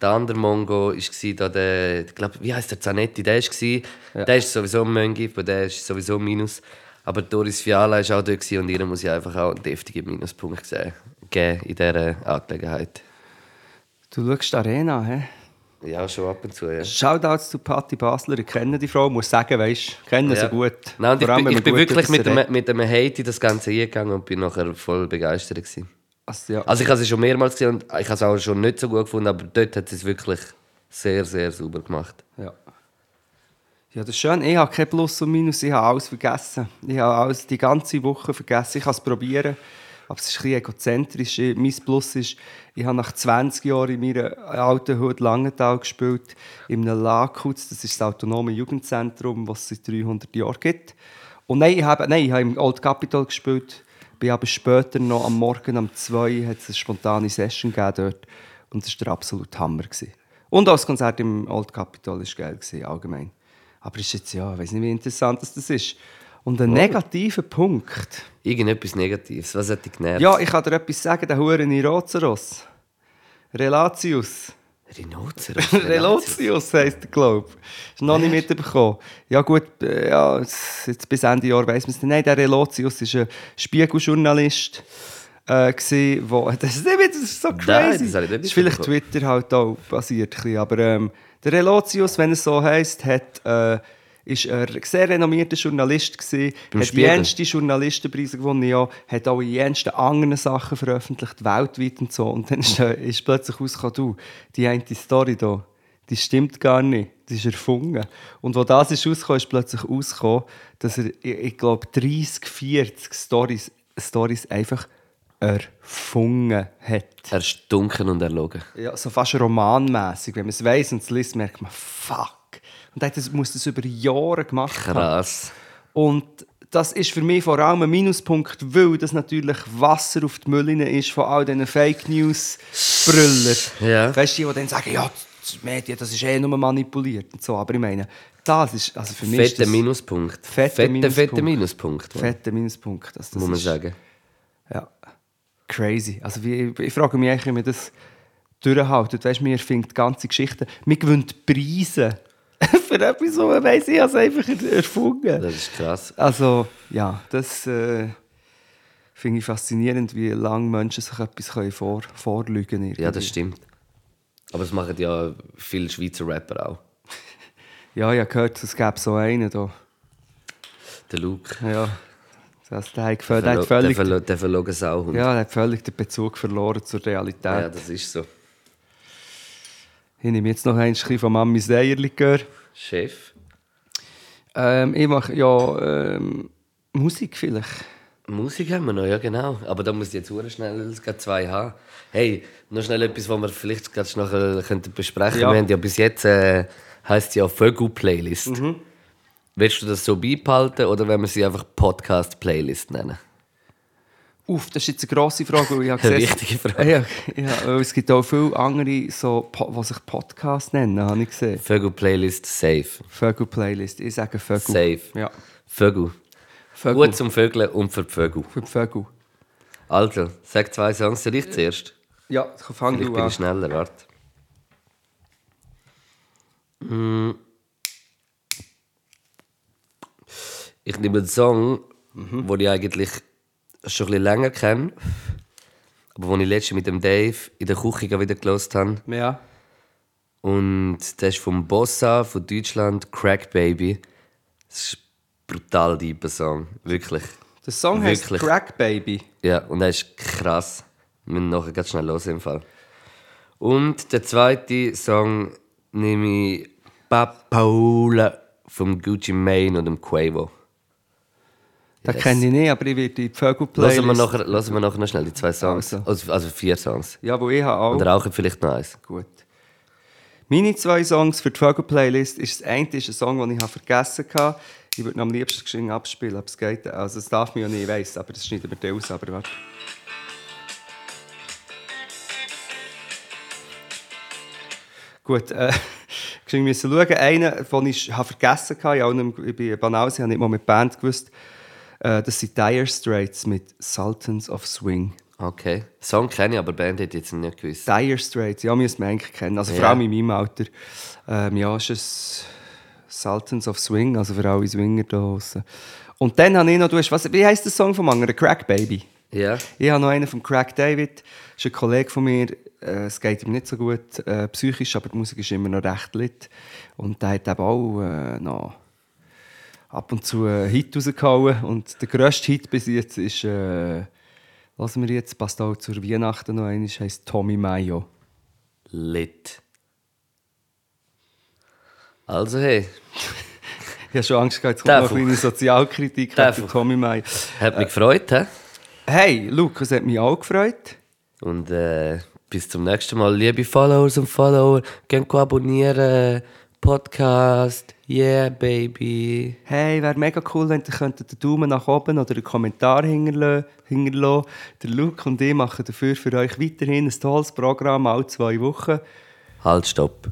[SPEAKER 6] Der andere Mongo war da der, ich glaub, wie heißt der Zanetti? Der war, der ist sowieso ein Möngi, aber der ist sowieso Minus. Aber Doris Fiala war auch dort gewesen, und ihr muss ich einfach auch einen deftigen Minuspunkt sehen, geben in dieser Angelegenheit.
[SPEAKER 5] Du schaust die Arena, hä?
[SPEAKER 6] Ja, schon ab und zu, ja.
[SPEAKER 5] Shoutouts zu Patti Basler. Ich kenne die Frau, muss sagen, weißt du, kenne
[SPEAKER 6] Ja.
[SPEAKER 5] sie gut.
[SPEAKER 6] Nein, und ich,
[SPEAKER 5] Vor allem,
[SPEAKER 6] bin,
[SPEAKER 5] wenn
[SPEAKER 6] ich
[SPEAKER 5] man
[SPEAKER 6] bin
[SPEAKER 5] gut
[SPEAKER 6] wirklich
[SPEAKER 5] über
[SPEAKER 6] mit
[SPEAKER 5] sie
[SPEAKER 6] einem,
[SPEAKER 5] redet.
[SPEAKER 6] mit einem Hate in das Ganze eingegangen und bin nachher voll begeistert. Gewesen.
[SPEAKER 5] Also, ja.
[SPEAKER 6] Also ich habe sie schon mehrmals gesehen und ich habe es auch schon nicht so gut gefunden, aber dort hat sie es wirklich sehr, sehr sauber gemacht.
[SPEAKER 5] Ja. Ja, das ist schön. Ich habe kein Plus und Minus, ich habe alles vergessen. Ich habe alles die ganze Woche vergessen. Ich kann es probieren, aber es ist ein bisschen egozentrisch. Ich- Mein Plus ist, ich habe nach 20 Jahren in meiner alten Hut Langenthal gespielt, in einem Lakutz, das ist das autonome Jugendzentrum, was es seit 300 Jahren gibt. Und nein, ich habe, nein, ich habe im Old Capitol gespielt, bin aber später noch am Morgen um 2 hat es eine spontane Session gegeben dort und das war der absolute Hammer. Gewesen. Und auch das Konzert im Old Capitol war geil, gewesen, allgemein. Aber ist jetzt, ja, ich weiß nicht, wie interessant das das ist. Und ein negativer Punkt.
[SPEAKER 6] Irgendetwas Negatives, was hat dich genervt?
[SPEAKER 5] Ja, ich kann dir etwas sagen, der Huren in Rozeros. Relatius.
[SPEAKER 6] Rhinozer.
[SPEAKER 5] Relotius heisst der Glaub. Ist noch nicht mitbekommen. Ja gut, äh, ja, s- jetzt bis Ende Jahr weiss man es nicht. Nein, der Relotius ist ein Spiegeljournalist. Äh, gewesen, wo, das, ist, nicht- das ist so crazy.
[SPEAKER 6] das habe ich nicht
[SPEAKER 5] ist vielleicht
[SPEAKER 6] mitbekommen.
[SPEAKER 5] Twitter halt auch basiert. ein bisschen, Aber ähm, der Relotius, wenn er so heisst, hat, äh, ist ein sehr renommierter Journalist. Gewesen,
[SPEAKER 6] Beim
[SPEAKER 5] hat die
[SPEAKER 6] Spiegel.
[SPEAKER 5] jenste Journalistenpreise gewonnen, ja, hat auch die jensten anderen Sachen veröffentlicht, weltweit und so. Und dann ist, äh, ist plötzlich rausgekommen, du, die eine Story da, die stimmt gar nicht, die ist erfunden. Und wo das ist rausgekommen, ist plötzlich rausgekommen, dass er, ich, ich glaube, 30, 40 Stories, Stories einfach erfunden hat.
[SPEAKER 6] Erstunken und erlogen.
[SPEAKER 5] Ja, so fast romanmäßig, wenn man es weiss und es liest, merkt man, fuck. Und er hat das, muss das über Jahre gemacht haben.
[SPEAKER 6] Krass.
[SPEAKER 5] Und das ist für mich vor allem ein Minuspunkt, weil das natürlich Wasser auf die Müllinen ist von all diesen Fake News-Brüllern.
[SPEAKER 6] Ja.
[SPEAKER 5] Weißt du, die dann sagen, ja, das Medien, das ist eh nur manipuliert und so. Aber ich meine, das ist, also für mich ist
[SPEAKER 6] Fetter
[SPEAKER 5] das
[SPEAKER 6] Minuspunkt.
[SPEAKER 5] Fetter
[SPEAKER 6] fetter,
[SPEAKER 5] Minuspunkt.
[SPEAKER 6] fetter Minuspunkt. Mann.
[SPEAKER 5] fetter Minuspunkt. Also das
[SPEAKER 6] Muss man
[SPEAKER 5] ist-
[SPEAKER 6] sagen.
[SPEAKER 5] Ja. Crazy. Also wie, ich frage mich eigentlich, wie man das durchhaltet. Weißt du, man erfindet ganze Geschichten. Man gewinnt Preise für etwas, wo man weiss, ich habe es einfach er- erfunden.
[SPEAKER 6] Das ist krass.
[SPEAKER 5] Also, ja, das äh, finde ich faszinierend, wie lange Menschen sich etwas können vor, vorlügen können.
[SPEAKER 6] Ja, das stimmt. Aber es machen ja viele Schweizer Rapper auch.
[SPEAKER 5] Ja, ich habe gehört, es gäbe so einen da.
[SPEAKER 6] Der Luke.
[SPEAKER 5] Ja. Also, der hat völlig, der
[SPEAKER 6] Der
[SPEAKER 5] hat völlig,
[SPEAKER 6] verlo- Der verlogene Sauhund. Ah
[SPEAKER 5] ja, der hat völlig den Bezug verloren zur Realität.
[SPEAKER 6] ja, das ist so.
[SPEAKER 5] Ich nehme jetzt noch ein bisschen von Mamis Eierli gehört.
[SPEAKER 6] Chef,
[SPEAKER 5] Ähm, ich mache ja ähm, Musik vielleicht.
[SPEAKER 6] Musik haben wir noch, ja genau. Aber da muss ich jetzt hure schnell grad zwei haben. Hey, noch schnell etwas, was wir vielleicht grad noch äh, könnten besprechen
[SPEAKER 5] Ja.
[SPEAKER 6] Wir haben ja bis jetzt, äh, heisst ja Vögel-Playlist.
[SPEAKER 5] Mhm.
[SPEAKER 6] Willst du das so beibehalten oder wollen wir sie einfach Podcast-Playlist nennen?
[SPEAKER 5] Uff, das ist jetzt eine grosse Frage, weil ich habe
[SPEAKER 6] Eine
[SPEAKER 5] gesehen...
[SPEAKER 6] wichtige Frage.
[SPEAKER 5] Ja, ja, weil es gibt auch viele andere, so, Po- die sich Podcasts nennen, habe ich gesehen.
[SPEAKER 6] Vögel-Playlist safe.
[SPEAKER 5] Vögel-Playlist, ich sage Vögel.
[SPEAKER 6] Safe.
[SPEAKER 5] Ja,
[SPEAKER 6] Vögel.
[SPEAKER 5] Vögel.
[SPEAKER 6] Gut zum Vögeln und für die Vögel.
[SPEAKER 5] Für die Vögel.
[SPEAKER 6] Also, sag zwei Songs zu dich zuerst.
[SPEAKER 5] Ja, ich fange
[SPEAKER 6] Vielleicht
[SPEAKER 5] du
[SPEAKER 6] bin
[SPEAKER 5] an.
[SPEAKER 6] ich schneller, warte. Mm. Ich nehme einen Song, den ich eigentlich schon ein bisschen länger kenne, aber den ich letztens mit dem Dave in der Küche gerade wieder gelost habe.
[SPEAKER 5] Ja.
[SPEAKER 6] Und der ist vom Bossa von Deutschland, Crack Baby. Das ist ein brutal deeper Song, wirklich.
[SPEAKER 5] Der Song heißt
[SPEAKER 6] Wirklich.
[SPEAKER 5] Crack Baby.
[SPEAKER 6] Ja, und er ist krass. Wir müssen nachher ganz schnell los im Fall. Und der zweite Song nehme ich Papaula vom Gucci Mane und dem Quavo.
[SPEAKER 5] Das
[SPEAKER 6] Yes.
[SPEAKER 5] kenne ich nicht, aber ich werde in die Vögel-Playlist...
[SPEAKER 6] Lassen wir, nachher, lassen wir nachher noch schnell die zwei Songs.
[SPEAKER 5] Also.
[SPEAKER 6] Also, also vier Songs.
[SPEAKER 5] Ja, wo ich habe auch...
[SPEAKER 6] Und rauchen vielleicht noch eins.
[SPEAKER 5] Gut. Meine zwei Songs für die Vögel-Playlist ist das eine ist ein Song, den ich habe vergessen habe. Ich würde ihn am liebsten geschwind abspielen, ob es geht. Also es darf mir ja nicht, ich weiss, aber das schneiden wir dir aus. Aber warte. Gut, äh, geschwind müssen schauen. Einen, den ich habe vergessen habe, ich, auch nicht, mehr- ich bin banal, ich habe nicht mal mit Band gewusst. Äh, das sind Dire Straits mit Sultans of Swing.
[SPEAKER 6] Okay. Song kenne ich, aber Band hätte ich jetzt nicht gewusst.
[SPEAKER 5] Dire Straits, ja, müssen wir eigentlich kennen. Also vor
[SPEAKER 6] Ja.
[SPEAKER 5] allem in meinem Alter. Ähm, ja, ist es Sultans of Swing, also für alle Swinger da draussen. Und dann habe ich noch, du hast, was, wie heisst der Song vom anderen? Crack Baby.
[SPEAKER 6] Ja.
[SPEAKER 5] Ich habe noch einen von Craig David, ist ein Kollege von mir. Äh, Es geht ihm nicht so gut, äh, psychisch, aber die Musik ist immer noch recht lit. Und der hat eben auch äh, noch ab und zu einen Hit rausgehauen. Und der grösste Hit bis jetzt ist, äh, lassen wir jetzt, passt auch zur Weihnachten noch ein, heisst Tommy Mayo.
[SPEAKER 6] Lit. Also hey,
[SPEAKER 5] Ich habe schon Angst gehabt, jetzt kommt noch
[SPEAKER 6] Davon.
[SPEAKER 5] eine kleine Sozialkritik
[SPEAKER 6] Davon.
[SPEAKER 5] wegen Tommy Mayo.
[SPEAKER 6] hat mich gefreut, hä?
[SPEAKER 5] Hey, Luke, es hat mich auch gefreut.
[SPEAKER 6] Und äh, bis zum nächsten Mal, liebe Followers und Follower, könnt ihr abonnieren. äh, Podcast, yeah, baby.
[SPEAKER 5] Hey, wäre mega cool, wenn ihr könntet den Daumen nach oben oder einen Kommentar hinterlö- hinterlassen Der Luke und ich machen dafür für euch weiterhin ein tolles Programm, alle zwei Wochen.
[SPEAKER 6] Halt, stopp.